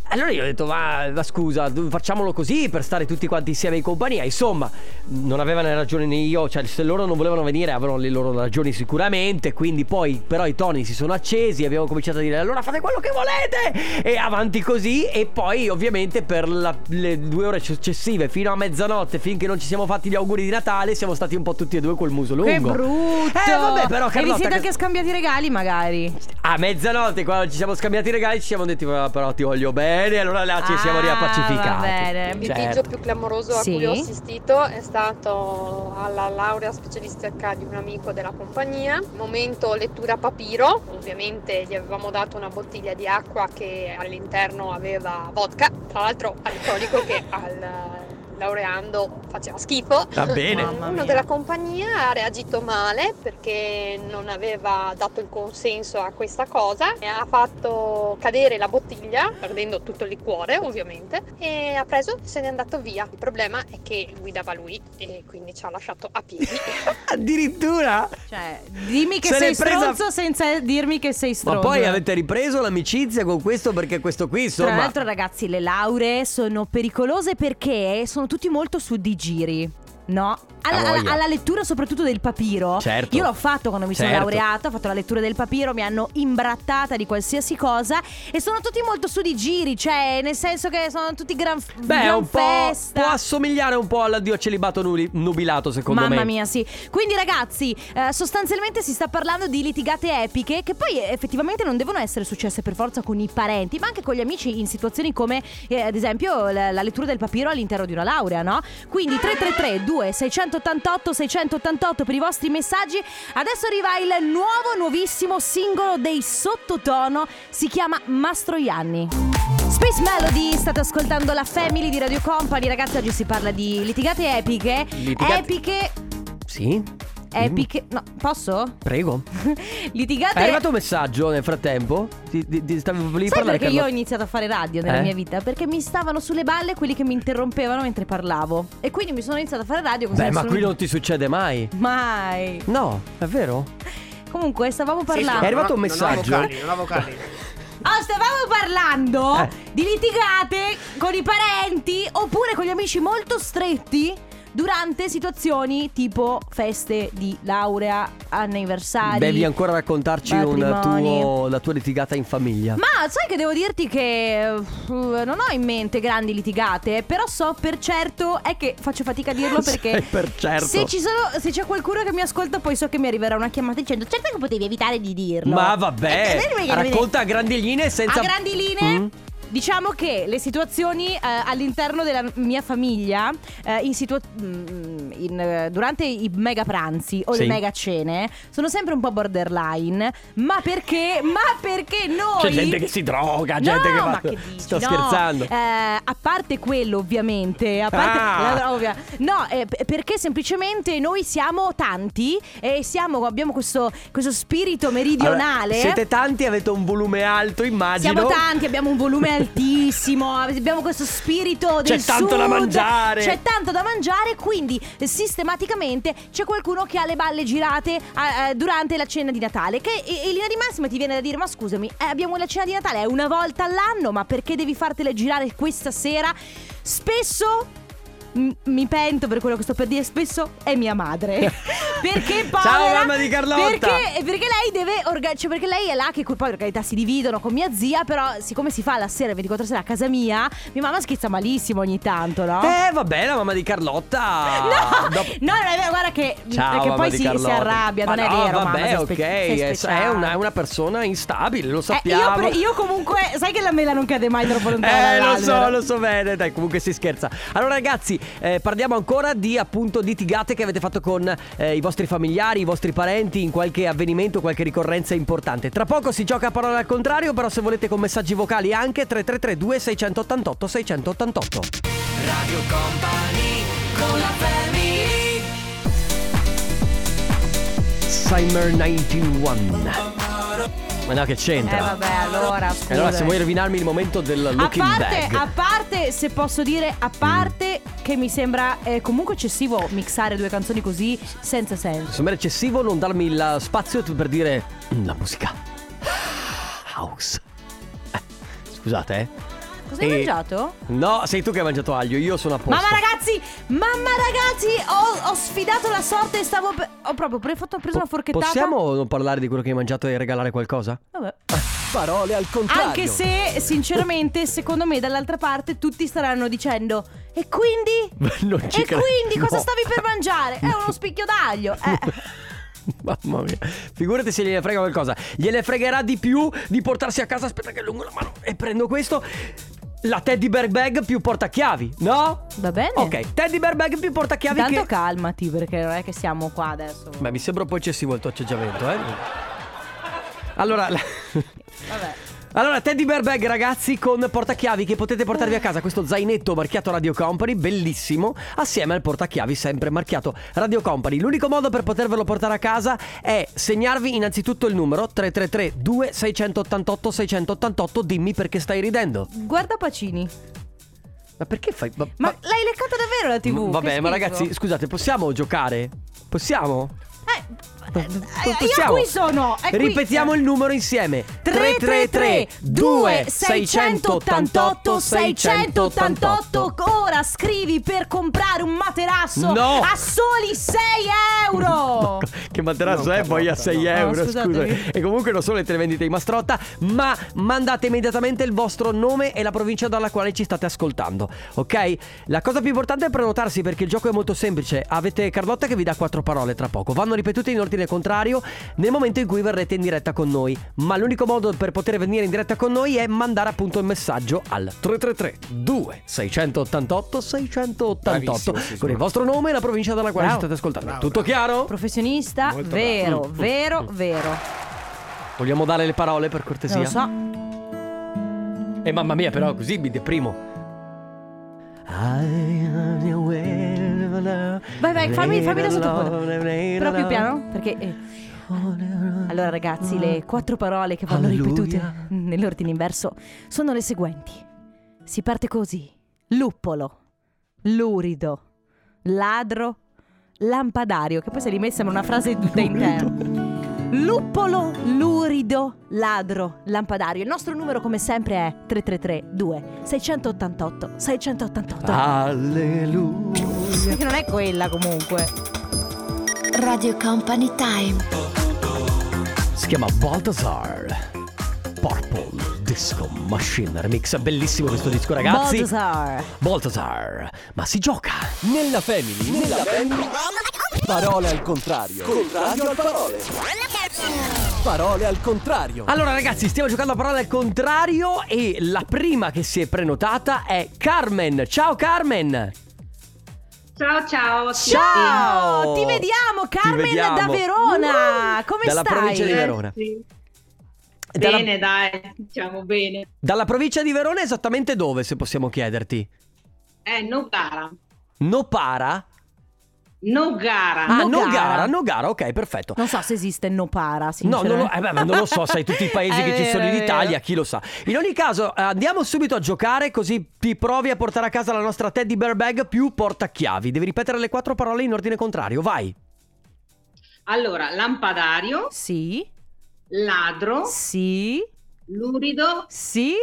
[SPEAKER 1] Allora io ho detto, ma, ma scusa, d- facciamolo così per stare tutti quanti insieme in compagnia. Insomma, non avevano ragione né io, cioè se loro non volevano venire avevano le loro ragioni sicuramente, quindi poi però i toni si sono accesi, abbiamo cominciato a dire allora fate quello che volete e avanti così e poi ovviamente per la- le due ore successive fino a mezzanotte finché non ci siamo fatti gli auguri di Natale siamo stati un po' tutti e due col muso lungo.
[SPEAKER 2] Che brutto!
[SPEAKER 1] Eh vabbè però
[SPEAKER 2] E vi
[SPEAKER 1] Carlotta...
[SPEAKER 2] siete
[SPEAKER 1] che-
[SPEAKER 2] anche scambiati i regali, magari.
[SPEAKER 1] a mezzanotte, quando ci siamo scambiati i regali, ci siamo detti: "Ah, Però ti voglio bene. Allora là ci siamo
[SPEAKER 2] Ah,
[SPEAKER 1] riappacificati.
[SPEAKER 2] va bene.
[SPEAKER 4] Il
[SPEAKER 1] Certo.
[SPEAKER 4] Eh, litigio più clamoroso a
[SPEAKER 2] Sì.
[SPEAKER 4] cui ho assistito è stato alla laurea specialistica di un amico della compagnia, momento lettura papiro, ovviamente gli avevamo dato una bottiglia di acqua che all'interno aveva vodka, tra l'altro alcolico che al laureando faceva schifo.
[SPEAKER 1] Va bene.
[SPEAKER 2] Mamma mia.
[SPEAKER 4] Uno della compagnia ha reagito male perché non aveva dato il consenso a questa cosa e ha fatto cadere la bottiglia, perdendo tutto il liquore ovviamente, e ha preso e se n'è andato via. Il problema è che guidava lui e quindi ci ha lasciato a piedi.
[SPEAKER 1] Addirittura.
[SPEAKER 2] Cioè, dimmi che
[SPEAKER 1] Se
[SPEAKER 2] sei
[SPEAKER 1] l'è presa-
[SPEAKER 2] stronzo senza dirmi che sei
[SPEAKER 1] Ma
[SPEAKER 2] stronzo.
[SPEAKER 1] poi avete ripreso l'amicizia con questo perché questo qui, insomma.
[SPEAKER 2] Tra l'altro, ragazzi, le lauree sono pericolose perché eh, sono tutti molto su di giri. No, alla,
[SPEAKER 1] Ah,
[SPEAKER 2] alla-
[SPEAKER 1] voglia.
[SPEAKER 2] alla lettura soprattutto del papiro.
[SPEAKER 1] Certo.
[SPEAKER 2] Io l'ho fatto quando mi sono
[SPEAKER 1] Certo.
[SPEAKER 2] laureata, ho fatto la lettura del papiro, mi hanno imbrattata di qualsiasi cosa e sono tutti molto su di giri, cioè nel senso che sono tutti gran,
[SPEAKER 1] Beh, è
[SPEAKER 2] gran
[SPEAKER 1] un po'.
[SPEAKER 2] festa.
[SPEAKER 1] Può assomigliare un po' all'addio celibato nuli- nubilato, secondo me.
[SPEAKER 2] Mamma mia, sì. Quindi, ragazzi, eh, sostanzialmente si sta parlando di litigate epiche che poi eh, effettivamente non devono essere successe per forza con i parenti, ma anche con gli amici in situazioni come, eh, ad esempio, la, la lettura del papiro all'interno di una laurea, no? Quindi 333-2688-688 per i vostri messaggi. Adesso arriva il nuovo, nuovissimo singolo dei Sottotono, si chiama Mastroianni. Space Melody, state ascoltando la Family di Radio Company, ragazzi oggi si parla di litigate epiche,
[SPEAKER 1] Litigate-
[SPEAKER 2] epiche,
[SPEAKER 1] Sì? Mm-hmm.
[SPEAKER 2] epiche, no, posso?
[SPEAKER 1] Prego.
[SPEAKER 2] Litigate
[SPEAKER 1] È arrivato un messaggio nel frattempo. Ti, ti- ti stavo lì
[SPEAKER 2] Sai
[SPEAKER 1] parlare.
[SPEAKER 2] perché io ho
[SPEAKER 1] Carlotta.
[SPEAKER 2] iniziato a fare radio nella
[SPEAKER 1] Eh?
[SPEAKER 2] mia vita? Perché mi stavano sulle balle quelli che mi interrompevano mentre parlavo E quindi mi sono iniziata a fare radio così
[SPEAKER 1] Beh, ma
[SPEAKER 2] nessuno
[SPEAKER 1] qui
[SPEAKER 2] mi-
[SPEAKER 1] non ti succede mai.
[SPEAKER 2] Mai
[SPEAKER 1] No, è vero?
[SPEAKER 2] Comunque stavamo parlando
[SPEAKER 1] È arrivato un messaggio.
[SPEAKER 2] Oh, stavamo parlando
[SPEAKER 1] Eh.
[SPEAKER 2] di litigate con i parenti oppure con gli amici molto stretti durante situazioni tipo feste di laurea, anniversari.
[SPEAKER 1] Devi ancora raccontarci un
[SPEAKER 2] matrimoni.
[SPEAKER 1] tuo, la tua litigata in famiglia.
[SPEAKER 2] Ma sai che devo dirti che eh, non ho in mente grandi litigate, però so per certo, è che faccio fatica a dirlo
[SPEAKER 1] Sai
[SPEAKER 2] perché
[SPEAKER 1] per certo.
[SPEAKER 2] se, ci sono, se c'è qualcuno che mi ascolta poi so che mi arriverà una chiamata dicendo certo che potevi evitare di dirlo.
[SPEAKER 1] Ma
[SPEAKER 2] Eh,
[SPEAKER 1] vabbè,
[SPEAKER 2] eh, eh, eh, eh,
[SPEAKER 1] racconta a grandi linee senza...
[SPEAKER 2] A grandi linee...
[SPEAKER 1] Mm.
[SPEAKER 2] Diciamo che le situazioni eh, all'interno della mia famiglia, eh, in situa- mm, in, eh, durante i mega pranzi o
[SPEAKER 1] Sì.
[SPEAKER 2] le mega cene, sono sempre un po' borderline. Ma perché? Ma perché noi.
[SPEAKER 1] C'è gente che si droga, gente
[SPEAKER 2] no,
[SPEAKER 1] che... va-
[SPEAKER 2] ma che dici?
[SPEAKER 1] Sto
[SPEAKER 2] No.
[SPEAKER 1] scherzando.
[SPEAKER 2] Eh, a parte quello, ovviamente. A parte
[SPEAKER 1] Ah.
[SPEAKER 2] la- ovvia- No, eh, p- perché semplicemente noi siamo tanti e siamo, abbiamo questo, questo spirito meridionale.
[SPEAKER 1] Allora, siete tanti, avete un volume alto, immagino.
[SPEAKER 2] Siamo tanti, abbiamo un volume altissimo, abbiamo questo spirito del
[SPEAKER 1] C'è tanto
[SPEAKER 2] sud,
[SPEAKER 1] da mangiare.
[SPEAKER 2] C'è tanto da mangiare, quindi eh, sistematicamente c'è qualcuno che ha le balle girate eh, eh, durante la cena di Natale. Che eh, in linea di massima ti viene da dire: Ma scusami, eh, abbiamo la cena di Natale, è una volta all'anno, ma perché devi fartele girare questa sera? Spesso. m- Mi pento per quello che sto per dire spesso è mia madre. perché
[SPEAKER 1] Ciao,
[SPEAKER 2] povera
[SPEAKER 1] mamma di Carlotta.
[SPEAKER 2] Perché eh, perché lei deve orga- cioè perché lei è là che poi per carità si dividono con mia zia però siccome si fa la sera 24 sera a casa mia mia mamma schizza malissimo ogni tanto no?
[SPEAKER 1] Eh, vabbè, la mamma di Carlotta.
[SPEAKER 2] No,
[SPEAKER 1] Dopo-
[SPEAKER 2] no, non è vero, guarda che,
[SPEAKER 1] Ciao,
[SPEAKER 2] che
[SPEAKER 1] mamma
[SPEAKER 2] poi
[SPEAKER 1] di
[SPEAKER 2] si, si
[SPEAKER 1] Carlotta.
[SPEAKER 2] arrabbia,
[SPEAKER 1] Ma
[SPEAKER 2] non
[SPEAKER 1] no,
[SPEAKER 2] è vero.
[SPEAKER 1] Vabbè,
[SPEAKER 2] mamma, sei
[SPEAKER 1] ok,
[SPEAKER 2] spe- sei
[SPEAKER 1] è- è
[SPEAKER 2] speciale.
[SPEAKER 1] una, è una persona instabile, lo
[SPEAKER 2] Eh, io,
[SPEAKER 1] sappiamo.
[SPEAKER 2] pre- io comunque, sai che la mela non cade mai troppo lontano
[SPEAKER 1] Eh, lo so,
[SPEAKER 2] dall'albero.
[SPEAKER 1] lo so bene, dai, comunque si scherza. Allora, ragazzi, eh, parliamo ancora di appunto litigate che avete fatto con eh, i vostri familiari, i vostri parenti in qualche avvenimento, qualche ricorrenza importante. Tra poco si gioca a parole al contrario, però se volete con messaggi vocali anche 3332 688 688.
[SPEAKER 3] Radio Company con la family
[SPEAKER 1] Summer 91. Ma no, che c'entra?
[SPEAKER 2] Eh, vabbè, allora, scusa.
[SPEAKER 1] E
[SPEAKER 2] eh.
[SPEAKER 1] allora se vuoi rovinarmi il momento del
[SPEAKER 2] A
[SPEAKER 1] looking Mm.
[SPEAKER 2] parte,
[SPEAKER 1] back.
[SPEAKER 2] a parte, se posso dire, a parte che mi sembra eh, comunque eccessivo mixare due canzoni così senza senso.
[SPEAKER 1] Insomma, era eccessivo non darmi il spazio tu per dire "Mm, la musica house. Eh, Scusate, eh.
[SPEAKER 2] Cosa hai
[SPEAKER 1] E-
[SPEAKER 2] mangiato?
[SPEAKER 1] No, sei tu che hai mangiato aglio, io sono a posto.
[SPEAKER 2] Mamma ragazzi, mamma ragazzi, ho, ho sfidato la sorte e stavo... per- ho proprio pre- fatto- ho preso una
[SPEAKER 1] Po-
[SPEAKER 2] forchettata.
[SPEAKER 1] Possiamo non parlare di quello che hai mangiato e regalare qualcosa?
[SPEAKER 2] Vabbè.
[SPEAKER 1] Parole al contrario.
[SPEAKER 2] Anche se, sinceramente, secondo me dall'altra parte tutti staranno dicendo... E quindi?
[SPEAKER 1] Non ci
[SPEAKER 2] e
[SPEAKER 1] credo."
[SPEAKER 2] quindi cosa
[SPEAKER 1] No.
[SPEAKER 2] stavi per mangiare? È uno spicchio d'aglio. Eh.
[SPEAKER 1] Mamma mia, figurati se gliene frega qualcosa. Gliene fregherà di più di portarsi a casa. Aspetta, che lungo la mano e prendo questo. La teddy bear bag più portachiavi, no?
[SPEAKER 2] Va bene.
[SPEAKER 1] Ok, teddy bear bag più portachiavi
[SPEAKER 2] Tanto
[SPEAKER 1] che.
[SPEAKER 2] calmati perché non è che siamo qua adesso.
[SPEAKER 1] Beh, mi sembra un po' eccessivo il tuo atteggiamento, eh. Allora. la-
[SPEAKER 2] Vabbè.
[SPEAKER 1] Allora, Teddy Bear Bag, ragazzi, con portachiavi che potete portarvi a casa. Questo zainetto marchiato Radio Company, bellissimo, assieme al portachiavi sempre marchiato Radio Company. L'unico modo per potervelo portare a casa è segnarvi innanzitutto il numero 333-2688-688. Dimmi perché stai ridendo.
[SPEAKER 2] Guarda Pacini.
[SPEAKER 1] Ma perché fai. Ma,
[SPEAKER 2] Ma
[SPEAKER 1] ma-
[SPEAKER 2] l'hai leccata davvero la TV?
[SPEAKER 1] Vabbè,
[SPEAKER 2] Che
[SPEAKER 1] ma
[SPEAKER 2] schifo.
[SPEAKER 1] ragazzi, scusate, possiamo giocare? Possiamo?
[SPEAKER 2] Eh, eh, eh, io
[SPEAKER 1] Possiamo?
[SPEAKER 2] qui sono. è qui.
[SPEAKER 1] Ripetiamo il numero insieme 333
[SPEAKER 2] 688 688 Ora scrivi per comprare un materasso
[SPEAKER 1] No.
[SPEAKER 2] a soli 6 euro
[SPEAKER 1] Che materasso è poi a 6
[SPEAKER 2] no.
[SPEAKER 1] euro
[SPEAKER 2] Ah,
[SPEAKER 1] scusa
[SPEAKER 2] scusatemi.
[SPEAKER 1] E comunque non solo le televendite di Mastrotta Ma mandate immediatamente il vostro nome E la provincia dalla quale ci state ascoltando Ok? La cosa più importante è prenotarsi Perché il gioco è molto semplice Avete Carlotta che vi dà quattro parole tra poco Vanno ripetute in ordine contrario Nel momento in cui verrete in diretta con noi Ma l'unico modo per poter venire in diretta con noi È mandare appunto il messaggio al 333 2 688 688
[SPEAKER 5] Bravissimo, sì,
[SPEAKER 1] Con il
[SPEAKER 5] sì.
[SPEAKER 1] vostro nome e la provincia dalla quale ci
[SPEAKER 2] Bravo.
[SPEAKER 1] state ascoltando Tutto chiaro?
[SPEAKER 2] Professionista,
[SPEAKER 5] Molto
[SPEAKER 2] vero, vero, vero
[SPEAKER 1] Vogliamo dare le parole per
[SPEAKER 2] Non
[SPEAKER 1] cortesia?
[SPEAKER 2] lo so
[SPEAKER 1] E mamma mia, però così mi deprimo.
[SPEAKER 2] Vai,
[SPEAKER 1] Vai,
[SPEAKER 2] vai, fammi, fammi da sotto Però più piano, perché... eh, Allora ragazzi, le quattro parole che vanno
[SPEAKER 1] Ah. Alleluia.
[SPEAKER 2] ripetute nell'ordine inverso sono le seguenti. Si parte così. Luppolo, lurido, ladro, lampadario, che poi se rimessa in una frase tutta intera. Luppolo lurido ladro lampadario. Il nostro numero come sempre è 333 2 688 688.
[SPEAKER 1] Ah. Alleluia.
[SPEAKER 2] Che non è quella comunque.
[SPEAKER 5] Radio Company Time.
[SPEAKER 1] Si chiama Balthazar Purple Disco Machine Remix. Bellissimo questo disco, ragazzi.
[SPEAKER 2] Balthazar.
[SPEAKER 1] Balthazar. Ma si gioca.
[SPEAKER 6] Nella family. Nella family. Parole al contrario. Contrario al parole. Parole al contrario.
[SPEAKER 1] Allora, ragazzi, stiamo giocando a parole al contrario. E la prima che si è prenotata è Carmen. Ciao, Carmen.
[SPEAKER 7] Ciao ciao.
[SPEAKER 1] Ciao.
[SPEAKER 2] Ti vediamo Carmen
[SPEAKER 1] vediamo.
[SPEAKER 2] da Verona. Come
[SPEAKER 1] Dalla
[SPEAKER 2] stai?
[SPEAKER 1] provincia di Verona.
[SPEAKER 7] Eh, Sì.
[SPEAKER 1] Dalla-
[SPEAKER 7] Bene, dai, diciamo bene.
[SPEAKER 1] Dalla provincia di Verona esattamente dove, se possiamo chiederti?
[SPEAKER 7] Eh, Nogara.
[SPEAKER 1] Nopara?
[SPEAKER 7] Nogara.
[SPEAKER 1] Ah,
[SPEAKER 2] Nogara.
[SPEAKER 1] Nogara, Nogara, ok, perfetto.
[SPEAKER 2] Non so se esiste Nopara,
[SPEAKER 1] No,
[SPEAKER 2] sinceramente. Eh,
[SPEAKER 1] non lo, eh, beh, ma non lo so, sai tutti i paesi
[SPEAKER 2] È
[SPEAKER 1] che ci
[SPEAKER 2] vero,
[SPEAKER 1] sono in
[SPEAKER 2] è
[SPEAKER 1] Italia,
[SPEAKER 2] vero.
[SPEAKER 1] chi lo sa. In ogni caso, eh, andiamo subito a giocare così ti provi a portare a casa la nostra teddy bear bag più portachiavi. Devi ripetere le quattro parole in ordine contrario, vai.
[SPEAKER 7] Allora, lampadario,
[SPEAKER 2] Sì,
[SPEAKER 7] ladro,
[SPEAKER 2] sì,
[SPEAKER 7] lurido
[SPEAKER 2] sì.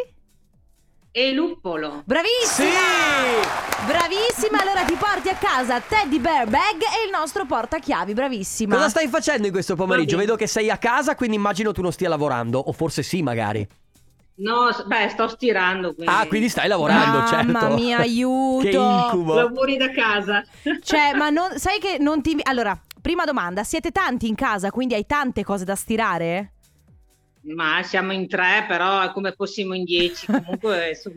[SPEAKER 7] e luppolo.
[SPEAKER 2] Bravissima! Bravissima, allora ti porti a casa Teddy Bear Bag e il nostro portachiavi, bravissima.
[SPEAKER 1] Cosa stai facendo in questo pomeriggio?
[SPEAKER 7] Va bene.
[SPEAKER 1] Vedo che sei a casa, quindi immagino tu non stia lavorando, o forse sì magari.
[SPEAKER 7] No, s- beh, sto stirando quindi.
[SPEAKER 1] Ah, quindi stai lavorando,
[SPEAKER 2] Mamma
[SPEAKER 1] certo.
[SPEAKER 2] mia, aiuto.
[SPEAKER 1] che incubo.
[SPEAKER 7] Lavori da casa.
[SPEAKER 2] Cioè, ma non, sai che non ti... Allora, prima domanda, siete tanti in casa, quindi hai tante cose da stirare?
[SPEAKER 7] Ma siamo in tre, però è come fossimo in dieci. Comunque, insomma.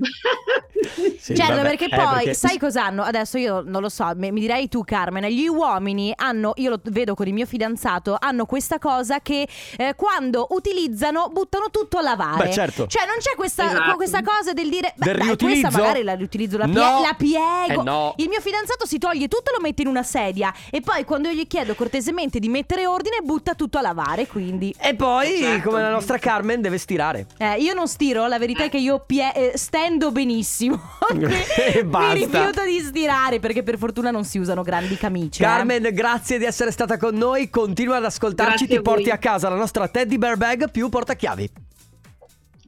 [SPEAKER 1] Sì,
[SPEAKER 2] certo,
[SPEAKER 1] vabbè,
[SPEAKER 2] perché
[SPEAKER 1] eh,
[SPEAKER 2] poi sai cos'hanno? Adesso io non lo so, mi, mi direi tu Carmen, gli uomini hanno, io lo vedo con il mio fidanzato, hanno questa cosa che eh, quando utilizzano buttano tutto a lavare.
[SPEAKER 1] Beh, certo.
[SPEAKER 2] Cioè non c'è questa,
[SPEAKER 7] Esatto.
[SPEAKER 2] questa cosa del dire... Beh,
[SPEAKER 1] Del
[SPEAKER 2] dai,
[SPEAKER 1] riutilizzo?
[SPEAKER 2] Questa magari la riutilizzo, la, pie-
[SPEAKER 1] No.
[SPEAKER 2] la piego.
[SPEAKER 1] Eh, no.
[SPEAKER 2] Il mio fidanzato si toglie tutto, lo mette in una sedia e poi quando io gli chiedo cortesemente di mettere ordine butta tutto a lavare, quindi...
[SPEAKER 1] E poi,
[SPEAKER 2] Esatto.
[SPEAKER 7] Certo.
[SPEAKER 1] come la nostra Carmen, deve stirare.
[SPEAKER 2] Eh, io non stiro, la verità è che io pie- eh, stendo benissimo.
[SPEAKER 1] E
[SPEAKER 2] Mi
[SPEAKER 1] basta.
[SPEAKER 2] rifiuto di stirare perché per fortuna non si usano grandi camicie. eh.
[SPEAKER 1] Carmen, grazie di essere stata con noi. Continua ad ascoltarci.
[SPEAKER 7] Grazie
[SPEAKER 1] Ti
[SPEAKER 7] a voi.
[SPEAKER 1] porti a casa la nostra teddy bear bag più portachiavi.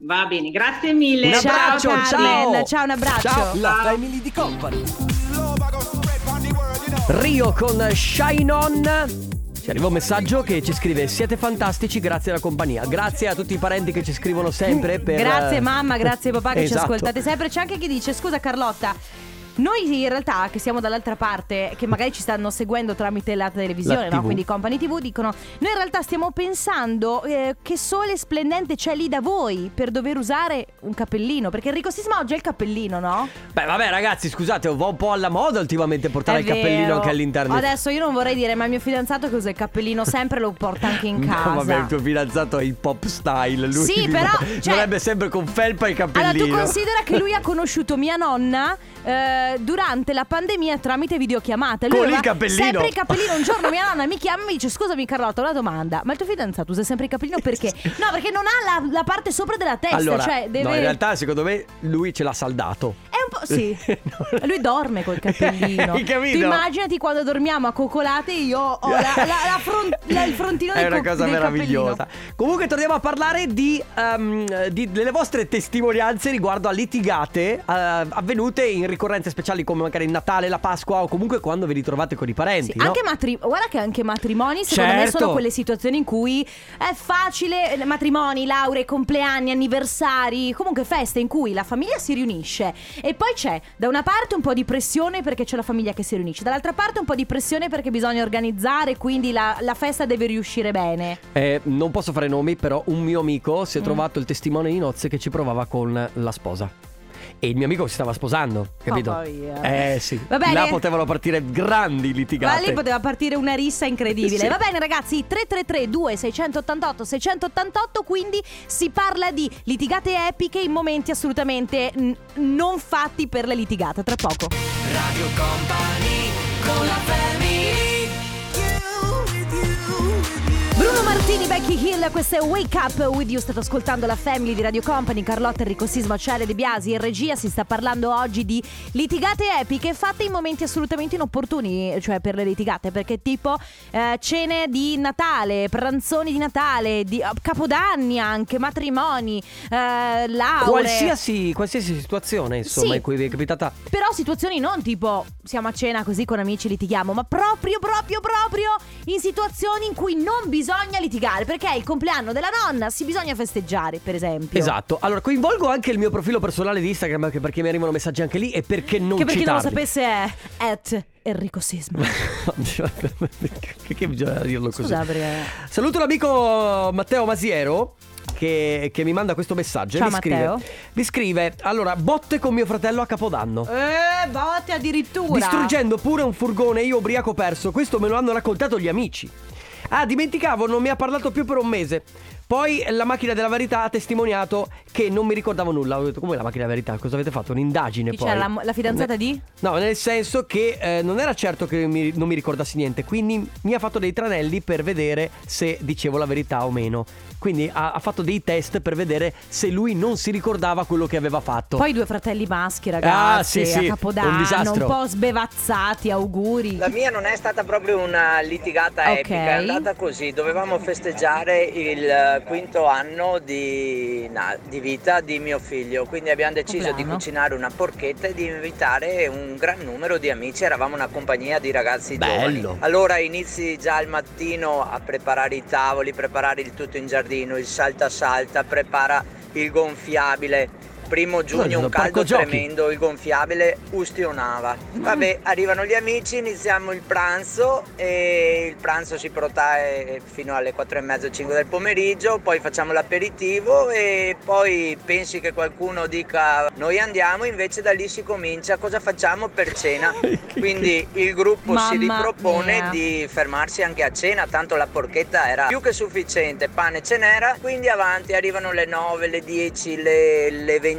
[SPEAKER 7] Va bene, grazie mille.
[SPEAKER 1] Un
[SPEAKER 2] Ciao,
[SPEAKER 1] abbraccio,
[SPEAKER 2] Carmen,
[SPEAKER 1] ciao.
[SPEAKER 2] un abbraccio.
[SPEAKER 1] Ciao.
[SPEAKER 6] La family di company.
[SPEAKER 1] Rio con Shine On. Ci arriva un messaggio che ci scrive: Siete fantastici, grazie alla compagnia. Grazie a tutti i parenti che ci scrivono sempre. Per... eh,
[SPEAKER 2] Grazie mamma, grazie papà che ci
[SPEAKER 1] Esatto.
[SPEAKER 2] ascoltate sempre. C'è anche chi dice, scusa Carlotta, noi in realtà che siamo dall'altra parte, che magari ci stanno seguendo tramite la televisione,
[SPEAKER 1] La
[SPEAKER 2] no?
[SPEAKER 1] TV.
[SPEAKER 2] quindi Company TV, dicono, noi in realtà stiamo pensando eh, che sole splendente c'è lì da voi per dover usare un cappellino, perché Enrico Sisma oggi è il cappellino, no?
[SPEAKER 1] Beh, vabbè, ragazzi, scusate, va un po' alla moda ultimamente portare
[SPEAKER 2] È
[SPEAKER 1] il cappellino
[SPEAKER 2] vero.
[SPEAKER 1] anche all'interno.
[SPEAKER 2] Adesso io non vorrei dire, ma il mio fidanzato che usa il cappellino sempre lo porta anche in casa.
[SPEAKER 1] No, vabbè, il tuo fidanzato è il pop style. Lui
[SPEAKER 2] Sì,
[SPEAKER 1] vive-
[SPEAKER 2] però, cioè-
[SPEAKER 1] dovrebbe sempre con felpa e cappellino.
[SPEAKER 2] Allora, tu considera che lui ha conosciuto mia nonna eh, durante la pandemia tramite videochiamata. Lui
[SPEAKER 1] Con il
[SPEAKER 2] aveva
[SPEAKER 1] cappellino.
[SPEAKER 2] Sempre il cappellino. Un giorno mia nonna mi chiama e mi dice: Scusami, Carlotta, ho una domanda. Ma il tuo fidanzato usa sempre il cappellino perché? No, perché non ha la, la parte sopra della testa.
[SPEAKER 1] Allora,
[SPEAKER 2] cioè, deve.
[SPEAKER 1] no, in realtà, secondo me, lui ce l'ha saldato.
[SPEAKER 2] È un po'. Sì.
[SPEAKER 1] No.
[SPEAKER 2] Lui dorme col cappellino.
[SPEAKER 1] Hai capito?
[SPEAKER 2] Tu immaginati quando dormiamo a coccolate, io ho Oh, la, la- la front- la- il frontino
[SPEAKER 1] È
[SPEAKER 2] del
[SPEAKER 1] una
[SPEAKER 2] co-
[SPEAKER 1] cosa
[SPEAKER 2] del cappellino.
[SPEAKER 1] meravigliosa. Comunque torniamo a parlare di, ehm, di- delle vostre testimonianze riguardo a litigate eh, avvenute in ricorrenze speciali come magari il Natale, la Pasqua o comunque quando vi ritrovate con i parenti.
[SPEAKER 2] Sì,
[SPEAKER 1] no?
[SPEAKER 2] anche matri- guarda che anche matrimoni secondo me
[SPEAKER 1] Certo.
[SPEAKER 2] sono quelle situazioni in cui è facile, eh, matrimoni, lauree, compleanni, anniversari, comunque feste in cui la famiglia si riunisce e poi c'è da una parte un po' di pressione perché c'è la famiglia che si riunisce, dall'altra parte un po' di pressione perché bisogna organizzare, quindi la, la festa deve riuscire bene.
[SPEAKER 1] Eh, non posso fare nomi, però un mio amico
[SPEAKER 2] Mm.
[SPEAKER 1] si è trovato il testimone di nozze che ci provava con la sposa. E il mio amico si stava sposando, capito?
[SPEAKER 2] Oh, yeah.
[SPEAKER 1] Eh sì.
[SPEAKER 2] Va bene.
[SPEAKER 1] Là potevano partire grandi
[SPEAKER 2] Ma
[SPEAKER 1] litigate.
[SPEAKER 2] lì poteva partire una rissa incredibile.
[SPEAKER 1] Sì.
[SPEAKER 2] Va bene, ragazzi, 333 2688 688, quindi si parla di litigate epiche in momenti assolutamente n- non fatti per la litigata, tra poco. Bruno Martini Becky Hill, questo è Wake Up With You, state ascoltando la Family di Radio Company, Carlotta, Enrico Sisma, Cele De Biasi in regia, si sta parlando oggi di litigate epiche fatte in momenti assolutamente inopportuni, cioè per le litigate, perché tipo eh, cene di Natale, pranzoni di Natale, di, eh, capodanni anche, matrimoni, eh, lauree.
[SPEAKER 1] Qualsiasi, qualsiasi situazione, insomma,
[SPEAKER 2] Sì.
[SPEAKER 1] in cui vi è capitata.
[SPEAKER 2] Però situazioni non tipo siamo a cena così con amici litighiamo, ma proprio, proprio, proprio in situazioni in cui non bisogna litigare, perché è il compleanno della nonna, si bisogna festeggiare, per esempio.
[SPEAKER 1] Esatto. Allora, coinvolgo anche il mio profilo personale di Instagram, anche perché mi arrivano messaggi anche lì e perché non
[SPEAKER 2] Che per chi non lo
[SPEAKER 1] citarli.
[SPEAKER 2] sapesse è at Enrico Sisma.
[SPEAKER 1] Oddio, Perché bisogna dirlo così?
[SPEAKER 2] Scusa, perché-
[SPEAKER 1] Saluto l'amico Matteo Masiero. Che, che mi manda questo messaggio e
[SPEAKER 2] Ciao,
[SPEAKER 1] mi scrive,
[SPEAKER 2] Matteo.
[SPEAKER 1] mi scrive Allora botte con mio fratello a Capodanno
[SPEAKER 2] Eh, botte addirittura.
[SPEAKER 1] Distruggendo pure un furgone io ubriaco perso Questo me lo hanno raccontato gli amici Ah dimenticavo non mi ha parlato più per un mese Poi la macchina della verità ha testimoniato Che non mi ricordavo nulla Ho detto come la macchina della verità cosa avete fatto un'indagine
[SPEAKER 2] Chi
[SPEAKER 1] poi
[SPEAKER 2] c'era la, la fidanzata di?
[SPEAKER 1] No, nel senso che eh, non era certo che mi- non mi ricordassi niente, quindi mi ha fatto dei tranelli per vedere se dicevo la verità o meno. Quindi ha, ha fatto dei test per vedere se lui non si ricordava quello che aveva fatto.
[SPEAKER 2] Poi due fratelli maschi, ragazzi,
[SPEAKER 1] Ah, sì, sì,
[SPEAKER 2] a Capodanno,
[SPEAKER 1] un disastro.
[SPEAKER 2] po' sbevazzati, auguri.
[SPEAKER 8] La mia non è stata proprio una litigata
[SPEAKER 2] Ok.
[SPEAKER 8] epica, è andata così, dovevamo festeggiare il eh, quinto anno di, na- di vita di mio figlio, quindi abbiamo deciso di
[SPEAKER 2] Compleanno.
[SPEAKER 8] cucinare una porchetta e di invitare un gran numero di amici, eravamo una compagnia di ragazzi
[SPEAKER 1] Bello.
[SPEAKER 8] giovani. Allora inizi già al mattino a preparare i tavoli, preparare il tutto in giardino, il salta salta, prepara il gonfiabile. Primo giugno
[SPEAKER 1] Bello,
[SPEAKER 8] un caldo
[SPEAKER 1] parco giochi.
[SPEAKER 8] tremendo prendo il gonfiabile ustionava. Vabbè, arrivano gli amici, iniziamo il pranzo e il pranzo si protrae fino alle 4 e mezza, 5 del pomeriggio, poi facciamo l'aperitivo e poi pensi che qualcuno dica noi andiamo, invece da lì si comincia cosa facciamo per cena. Quindi il gruppo si
[SPEAKER 2] Mamma
[SPEAKER 8] ripropone
[SPEAKER 2] mia.
[SPEAKER 8] di fermarsi anche a cena, tanto la porchetta era più che sufficiente, pane ce n'era, quindi avanti arrivano le 9, le 10, le, le 23,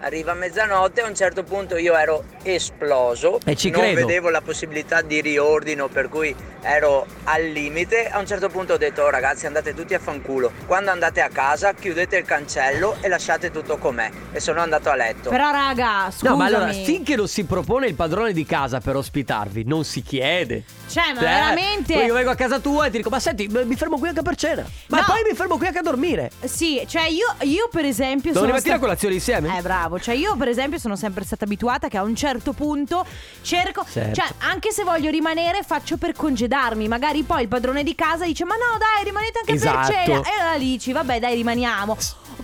[SPEAKER 8] arriva mezzanotte, a un certo punto io ero esploso,
[SPEAKER 1] E Eh, ci
[SPEAKER 8] non
[SPEAKER 1] credo.
[SPEAKER 8] vedevo la possibilità di riordino per cui ero al limite, a un certo punto ho detto "Oh, ragazzi andate tutti a fanculo, quando andate a casa chiudete il cancello e lasciate tutto com'è e sono andato a letto.
[SPEAKER 2] Però raga, scusami.
[SPEAKER 1] No, ma allora, finché non si propone il padrone di casa per ospitarvi, non si chiede.
[SPEAKER 2] Cioè, ma
[SPEAKER 1] Eh,
[SPEAKER 2] veramente...
[SPEAKER 1] Poi io vengo a casa tua e ti dico, ma senti, beh, mi fermo qui anche per cena. Ma
[SPEAKER 2] No.
[SPEAKER 1] poi mi fermo qui anche a dormire.
[SPEAKER 2] Sì, cioè io, io per esempio
[SPEAKER 1] Domani
[SPEAKER 2] sono
[SPEAKER 1] mattina
[SPEAKER 2] sta-
[SPEAKER 1] colazione insieme?
[SPEAKER 2] Eh bravo, cioè io per esempio sono sempre stata abituata che a un certo punto cerco,
[SPEAKER 1] Certo.
[SPEAKER 2] cioè anche se voglio rimanere faccio per congedarmi, magari poi il padrone di casa dice "Ma no, dai, rimanete anche
[SPEAKER 1] Esatto.
[SPEAKER 2] per cena". E allora lì dici "Vabbè, dai, rimaniamo".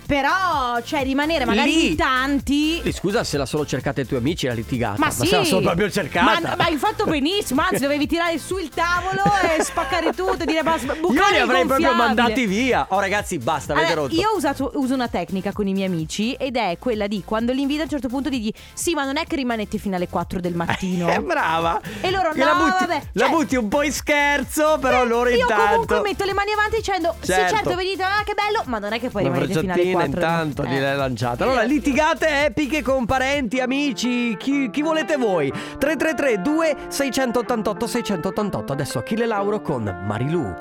[SPEAKER 2] Però cioè rimanere magari
[SPEAKER 1] Lì-
[SPEAKER 2] in tanti
[SPEAKER 1] Sì, Scusa se la solo cercata i tuoi amici, la litigata.
[SPEAKER 2] ma, sì,
[SPEAKER 1] se la sono proprio cercata.
[SPEAKER 2] Ma, ma hai fatto benissimo, anzi dovevi tirare su il tavolo e spaccare tutto e dire basta, bucare
[SPEAKER 1] Io li
[SPEAKER 2] il
[SPEAKER 1] avrei proprio
[SPEAKER 2] gonfiabile".
[SPEAKER 1] mandati via. Oh, ragazzi, basta, avete
[SPEAKER 2] Allora,
[SPEAKER 1] rotto.
[SPEAKER 2] Io ho usato- uso una tecnica con i miei amici ed è quella di quando li invito a un certo punto di dire sì ma non è che rimanete fino alle 4 del mattino.
[SPEAKER 1] Eh, brava.
[SPEAKER 2] E loro
[SPEAKER 1] Che
[SPEAKER 2] no,
[SPEAKER 1] la butti,
[SPEAKER 2] vabbè,
[SPEAKER 1] la
[SPEAKER 2] cioè-
[SPEAKER 1] butti un po' in scherzo, però
[SPEAKER 2] Beh,
[SPEAKER 1] loro
[SPEAKER 2] Io
[SPEAKER 1] intanto.
[SPEAKER 2] comunque metto le mani avanti dicendo sì
[SPEAKER 1] Certo.
[SPEAKER 2] certo venite, ah che bello, ma non è che poi
[SPEAKER 1] una
[SPEAKER 2] rimanete fino alle
[SPEAKER 1] bracciatina
[SPEAKER 2] 4.
[SPEAKER 1] intanto
[SPEAKER 2] Eh.
[SPEAKER 1] gliel'hai lanciata. Allora, litigate epiche con parenti, amici, chi, chi volete voi. 333 2688 688. Adesso Achille Lauro con Marilu.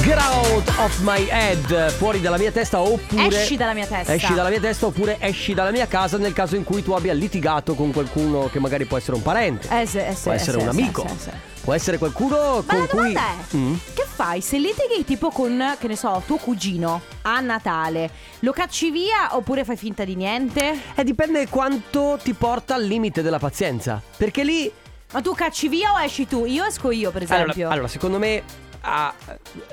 [SPEAKER 1] Get out of my head, fuori dalla mia testa oppure
[SPEAKER 2] Esci dalla mia testa.
[SPEAKER 1] Esci dalla mia testa oppure esci dalla mia casa nel caso in cui tu abbia litigato con qualcuno che magari può essere un parente,
[SPEAKER 2] Eh, sì, eh, sì,
[SPEAKER 1] può
[SPEAKER 2] eh,
[SPEAKER 1] essere
[SPEAKER 2] sì,
[SPEAKER 1] un
[SPEAKER 2] sì,
[SPEAKER 1] amico,
[SPEAKER 2] sì, sì.
[SPEAKER 1] può essere qualcuno
[SPEAKER 2] Ma
[SPEAKER 1] con
[SPEAKER 2] la
[SPEAKER 1] cui...
[SPEAKER 2] domanda è,
[SPEAKER 1] Mm?
[SPEAKER 2] che fai se litighi tipo con, che ne so, tuo cugino a Natale? Lo cacci via oppure fai finta di niente?
[SPEAKER 1] Eh, dipende quanto ti porta al limite della pazienza. Perché lì.
[SPEAKER 2] Ma tu cacci via o esci tu? Io esco io per
[SPEAKER 1] Allora,
[SPEAKER 2] esempio.
[SPEAKER 1] allora, secondo me, a-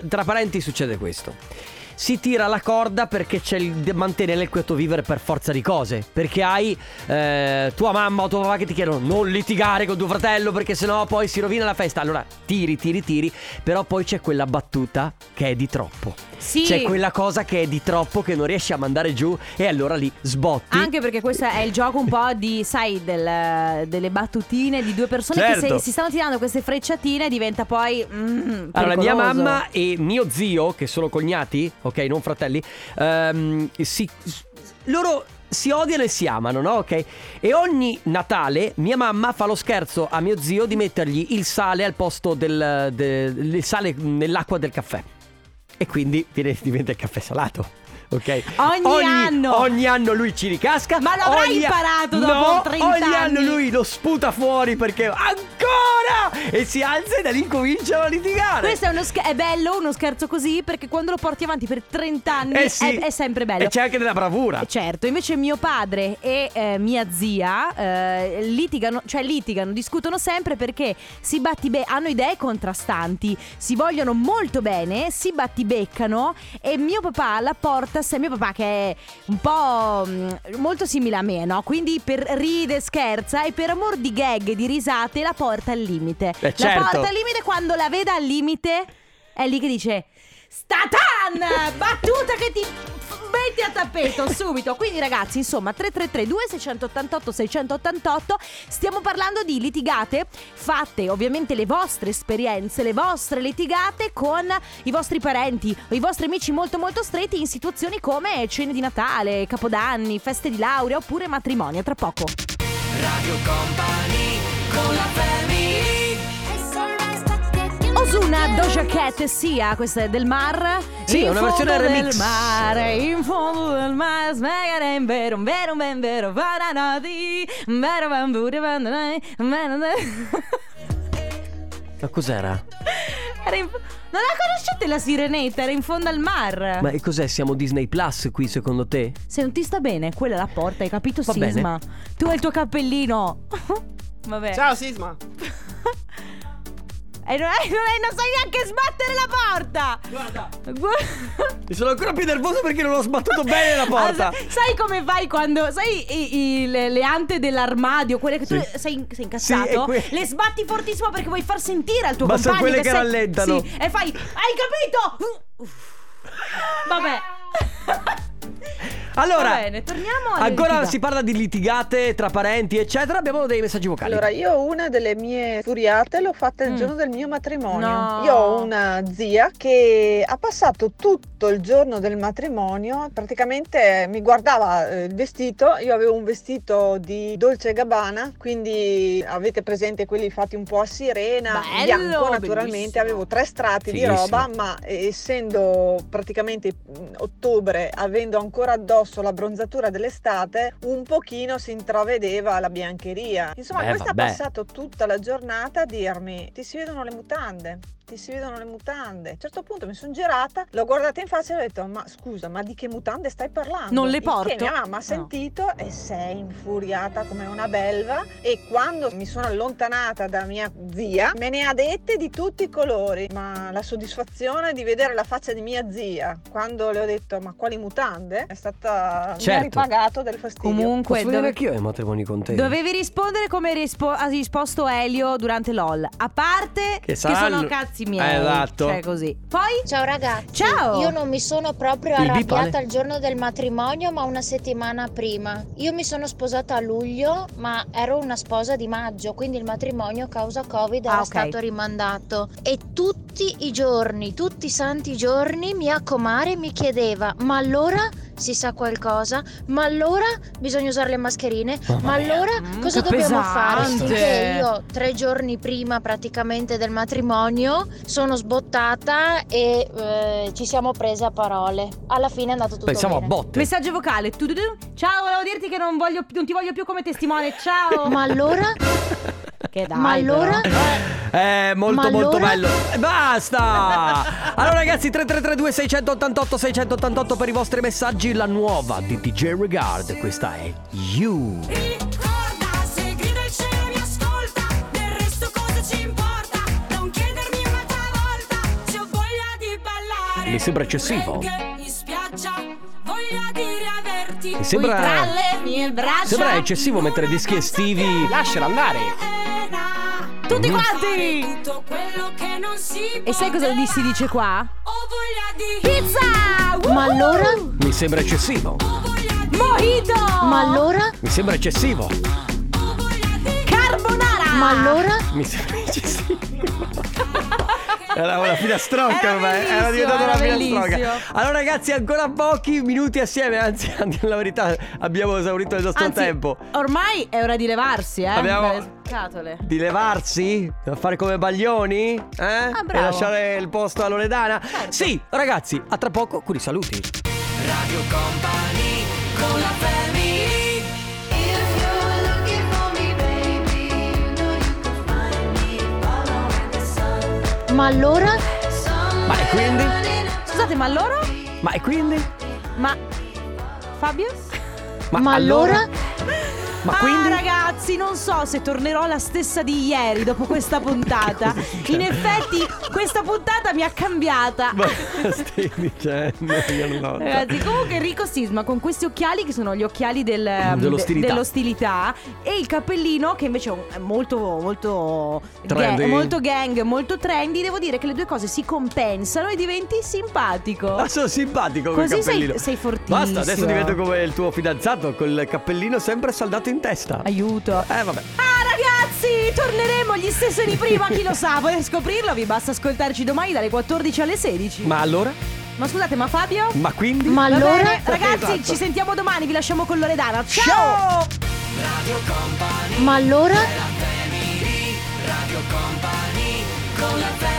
[SPEAKER 1] tra parenti succede questo. Si tira la corda perché c'è il de- mantenere il quieto vivere per forza di cose. Perché hai eh, tua mamma o tuo papà che ti chiedono non litigare con tuo fratello perché sennò poi si rovina la festa. Allora tiri, tiri, tiri. Però poi c'è quella battuta che è di troppo.
[SPEAKER 2] Sì.
[SPEAKER 1] C'è cioè, quella cosa che è di troppo che non riesci a mandare giù e allora lì sbotti.
[SPEAKER 2] Anche perché questo è il gioco un po' di, sai, del- delle battutine di due persone che
[SPEAKER 1] Certo.
[SPEAKER 2] se- si stanno tirando queste frecciatine e diventa poi... mm,
[SPEAKER 1] Allora, mia
[SPEAKER 2] pericoloso.
[SPEAKER 1] mamma e mio zio, che sono cognati, ok, non fratelli, ehm, si, s- loro si odiano e si amano, no? Ok? E ogni Natale mia mamma fa lo scherzo a mio zio di mettergli il sale al posto del, del- del sale nell'acqua del caffè. E quindi viene- diventa il caffè salato. Ok.
[SPEAKER 2] Ogni anno.
[SPEAKER 1] Ogni anno lui ci ricasca.
[SPEAKER 2] Ma l'avrai
[SPEAKER 1] Ogni-
[SPEAKER 2] imparato dopo
[SPEAKER 1] no,
[SPEAKER 2] 30
[SPEAKER 1] Ogni anno
[SPEAKER 2] anni.
[SPEAKER 1] lui lo sputa fuori perché ancora! E si alza e da lì cominciano a litigare.
[SPEAKER 2] Questo è, uno sch- è bello, uno scherzo così, perché quando lo porti avanti per 30 anni
[SPEAKER 1] Eh sì.
[SPEAKER 2] è, è sempre bello.
[SPEAKER 1] E c'è anche della bravura.
[SPEAKER 2] Eh, Certo, invece mio padre e eh, mia zia eh, litigano, cioè litigano, discutono sempre perché si batti be- hanno idee contrastanti, si vogliono molto bene, si battibeccano e mio papà la porta, se mio papà che è un po' mh, molto simile a me, no? Quindi per ride, scherza e per amor di gag, di risate la porta al limite.
[SPEAKER 1] Eh,
[SPEAKER 2] La
[SPEAKER 1] certo.
[SPEAKER 2] porta al limite quando la veda al limite è lì che dice Statan! Battuta che ti f- metti a tappeto subito. Quindi ragazzi, insomma, 3332 688 688 stiamo parlando di litigate fatte, ovviamente le vostre esperienze, le vostre litigate con i vostri parenti o i vostri amici molto molto stretti in situazioni come cene di Natale, Capodanni, feste di laurea oppure matrimonio, tra poco. Osuna, Doja Cat, e Sia, questa è del Mar.
[SPEAKER 1] Sì,
[SPEAKER 2] in
[SPEAKER 1] è una versione
[SPEAKER 2] fondo
[SPEAKER 1] remix.
[SPEAKER 2] del mare, in fondo del mare, smagare in vero, in vero, in vero, paranati, in vero, in vero, in vero, in vero.
[SPEAKER 1] Ma cos'era?
[SPEAKER 2] Era in- Non la conoscete la sirenetta? Era in fondo al mar.
[SPEAKER 1] Ma e cos'è? Siamo Disney Plus qui secondo te?
[SPEAKER 2] Se non ti sta bene, quella la porta, hai capito,
[SPEAKER 1] Va bene.
[SPEAKER 2] Sisma? Tu hai il tuo cappellino. Vabbè.
[SPEAKER 9] Ciao Sisma.
[SPEAKER 2] E non, hai- non hai- non sai neanche sbattere la porta.
[SPEAKER 1] Guarda!
[SPEAKER 2] Guarda.
[SPEAKER 1] Mi sono ancora più nervoso perché non ho sbattuto bene la porta.
[SPEAKER 2] Ah, sa- sai come fai quando. Sai i- i- le, le ante dell'armadio, quelle che tu sei, in- sei
[SPEAKER 1] Sì, e
[SPEAKER 2] incazzato?
[SPEAKER 1] que-
[SPEAKER 2] le sbatti fortissimo perché vuoi far sentire al tuo
[SPEAKER 1] Ma sono
[SPEAKER 2] compagno.
[SPEAKER 1] quelle che
[SPEAKER 2] sei-
[SPEAKER 1] rallentano.
[SPEAKER 2] Sì, e fai. Hai capito? Vabbè.
[SPEAKER 1] Allora,
[SPEAKER 2] Va bene, torniamo alle
[SPEAKER 1] Ancora
[SPEAKER 2] litigate.
[SPEAKER 1] si parla di litigate tra parenti, eccetera. Abbiamo dei messaggi vocali.
[SPEAKER 10] Allora, io una delle mie furiate l'ho fatta il
[SPEAKER 2] Mm.
[SPEAKER 10] giorno del mio matrimonio.
[SPEAKER 2] No.
[SPEAKER 10] Io ho una zia che ha passato tutto il giorno del matrimonio, praticamente mi guardava eh, il vestito, io avevo un vestito di Dolce Gabbana, quindi avete presente quelli fatti un po' a sirena,
[SPEAKER 2] Bello,
[SPEAKER 10] bianco naturalmente,
[SPEAKER 2] bellissimo.
[SPEAKER 10] avevo tre strati di
[SPEAKER 1] Fighissimo.
[SPEAKER 10] roba, ma eh, essendo praticamente mm, ottobre, avendo ancora addosso la bronzatura dell'estate, un pochino si intravedeva la biancheria. Insomma,
[SPEAKER 1] Beh,
[SPEAKER 10] questa
[SPEAKER 1] vabbè.
[SPEAKER 10] ha passato tutta la giornata a dirmi: Ti si vedono le mutande. Ti si vedono le mutande. A un certo punto mi sono girata, l'ho guardata in faccia e ho detto: Ma scusa, ma di che mutande stai parlando?
[SPEAKER 2] Non le
[SPEAKER 10] Il che
[SPEAKER 2] porto.
[SPEAKER 10] mia mamma ha sentito e si è infuriata come una belva. E quando mi sono allontanata da mia zia, me ne ha dette di tutti i colori. Ma la soddisfazione di vedere la faccia di mia zia quando le ho detto: Ma quali mutande? È stata. Mi ha
[SPEAKER 1] Certo.
[SPEAKER 10] ripagato del fastidio.
[SPEAKER 2] Comunque,
[SPEAKER 1] Posso venire
[SPEAKER 2] dove-
[SPEAKER 1] anch'io ai matrimoni con te?
[SPEAKER 2] dovevi rispondere come rispo- ha risposto Elio durante LOL. A parte che,
[SPEAKER 1] sanno-
[SPEAKER 2] sono cazzi miei.
[SPEAKER 1] Esatto.
[SPEAKER 2] Cioè, così. Poi.
[SPEAKER 11] Ciao ragazzi,
[SPEAKER 2] Ciao.
[SPEAKER 11] io non mi sono proprio
[SPEAKER 1] Il
[SPEAKER 11] arrabbiata
[SPEAKER 1] bipale.
[SPEAKER 11] il giorno del matrimonio ma una settimana prima. Io mi sono sposata a luglio ma ero una sposa di maggio, quindi il matrimonio causa covid
[SPEAKER 2] Ah,
[SPEAKER 11] era
[SPEAKER 2] ok.
[SPEAKER 11] stato rimandato e tutti i giorni, tutti i santi giorni mia comare mi chiedeva ma allora si sa qualcosa, ma allora bisogna usare le mascherine, ma allora
[SPEAKER 2] Mm,
[SPEAKER 11] cosa
[SPEAKER 2] che
[SPEAKER 11] dobbiamo fare?
[SPEAKER 2] pesante.
[SPEAKER 11] Finché io tre giorni prima praticamente del matrimonio sono sbottata e eh, ci siamo prese a parole. Alla fine è andato tutto
[SPEAKER 1] Pensiamo
[SPEAKER 11] bene.
[SPEAKER 1] a botte.
[SPEAKER 2] Messaggio vocale. Tu, tu, tu. Ciao, volevo dirti che non, voglio, non ti voglio più come testimone. Ciao.
[SPEAKER 11] Oh. Ma allora?
[SPEAKER 2] che dai,
[SPEAKER 11] ma allora?
[SPEAKER 2] però.
[SPEAKER 1] Eh, molto
[SPEAKER 11] Ma
[SPEAKER 1] molto
[SPEAKER 11] allora?
[SPEAKER 1] bello. E basta! Allora ragazzi, 3332 688 688 per i vostri messaggi, la nuova di DJ Regard, questa è You.
[SPEAKER 3] Ricorda, se grido il cielo mi ascolta, del resto cosa ci importa? Non chiedermi un'altra volta se ho voglia di ballare.
[SPEAKER 1] Mi sembra eccessivo.
[SPEAKER 3] Reggae in spiaggia, voglia di riaverti.
[SPEAKER 1] Mi sembra-
[SPEAKER 3] qui tra le mie braccia.
[SPEAKER 1] Sembra eccessivo mettere dischi estivi.
[SPEAKER 9] Lasciala andare.
[SPEAKER 2] Tutti
[SPEAKER 1] Mm.
[SPEAKER 2] quanti!
[SPEAKER 3] Tutto quello che non si
[SPEAKER 2] E sai cosa di- si dice qua?
[SPEAKER 3] Ho voglia di...
[SPEAKER 2] Pizza! Woohoo!
[SPEAKER 11] Ma allora?
[SPEAKER 1] Mi sembra eccessivo.
[SPEAKER 3] Ho voglia di...
[SPEAKER 2] Mojito!
[SPEAKER 11] Ma allora?
[SPEAKER 1] Mi sembra eccessivo.
[SPEAKER 3] Ho voglia di...
[SPEAKER 2] Carbonara!
[SPEAKER 11] Ma allora?
[SPEAKER 1] Mi sembra eccessivo. Era una filastrocca
[SPEAKER 2] Era
[SPEAKER 1] ormai, era diventata una
[SPEAKER 2] bellissimo, era
[SPEAKER 1] filastrocca. Allora ragazzi, ancora pochi minuti assieme, anzi, a dire la verità, abbiamo esaurito il nostro
[SPEAKER 2] Anzi,
[SPEAKER 1] tempo.
[SPEAKER 2] Ormai è ora di levarsi, eh?
[SPEAKER 1] Abbiamo-
[SPEAKER 2] dalle scatole.
[SPEAKER 1] Di levarsi? Da fare come Baglioni? Eh? e
[SPEAKER 2] Ah, bravo. Certo.
[SPEAKER 1] lasciare il posto a Loredana? Sì, ragazzi, a tra poco con i saluti.
[SPEAKER 3] Radio Company con la family.
[SPEAKER 11] Ma allora?
[SPEAKER 1] Ma e quindi?
[SPEAKER 2] Scusate, ma allora?
[SPEAKER 1] Ma e quindi?
[SPEAKER 2] Ma. Fabio?
[SPEAKER 1] Ma, Ma
[SPEAKER 2] ah,
[SPEAKER 1] quindi?
[SPEAKER 2] ragazzi, non so se tornerò la stessa di ieri dopo questa puntata. In effetti, questa puntata mi ha cambiata.
[SPEAKER 1] Ma cosa stai dicendo? Io non ho-
[SPEAKER 2] Ragazzi, comunque Enrico Sisma con questi occhiali che sono gli occhiali del, ehm,
[SPEAKER 1] Dell'ostilità.
[SPEAKER 2] de- dell'ostilità, e il cappellino che invece è un- è molto molto
[SPEAKER 1] Trendy.
[SPEAKER 2] gang, molto gang, molto trendy, devo dire che le due cose si compensano e diventi simpatico.
[SPEAKER 1] Ah, sono simpatico col
[SPEAKER 2] Così sei-
[SPEAKER 1] cappellino.
[SPEAKER 2] sei fortissimo.
[SPEAKER 1] Basta, adesso divento come il tuo fidanzato col cappellino sempre saldato in testa.
[SPEAKER 2] Aiuto.
[SPEAKER 1] Eh, vabbè.
[SPEAKER 2] Ah ragazzi, torneremo gli stessi di prima, chi lo sa, volete scoprirlo? Vi basta ascoltarci domani dalle 14 alle 16.
[SPEAKER 1] Ma allora?
[SPEAKER 2] Ma scusate, ma Fabio?
[SPEAKER 1] Ma quindi?
[SPEAKER 11] Ma
[SPEAKER 2] Va
[SPEAKER 11] allora?
[SPEAKER 2] bene, ragazzi,
[SPEAKER 1] Esatto.
[SPEAKER 2] ci sentiamo domani, vi lasciamo con Loredana. Ciao!
[SPEAKER 11] Ma allora?
[SPEAKER 3] Radio Company con la family.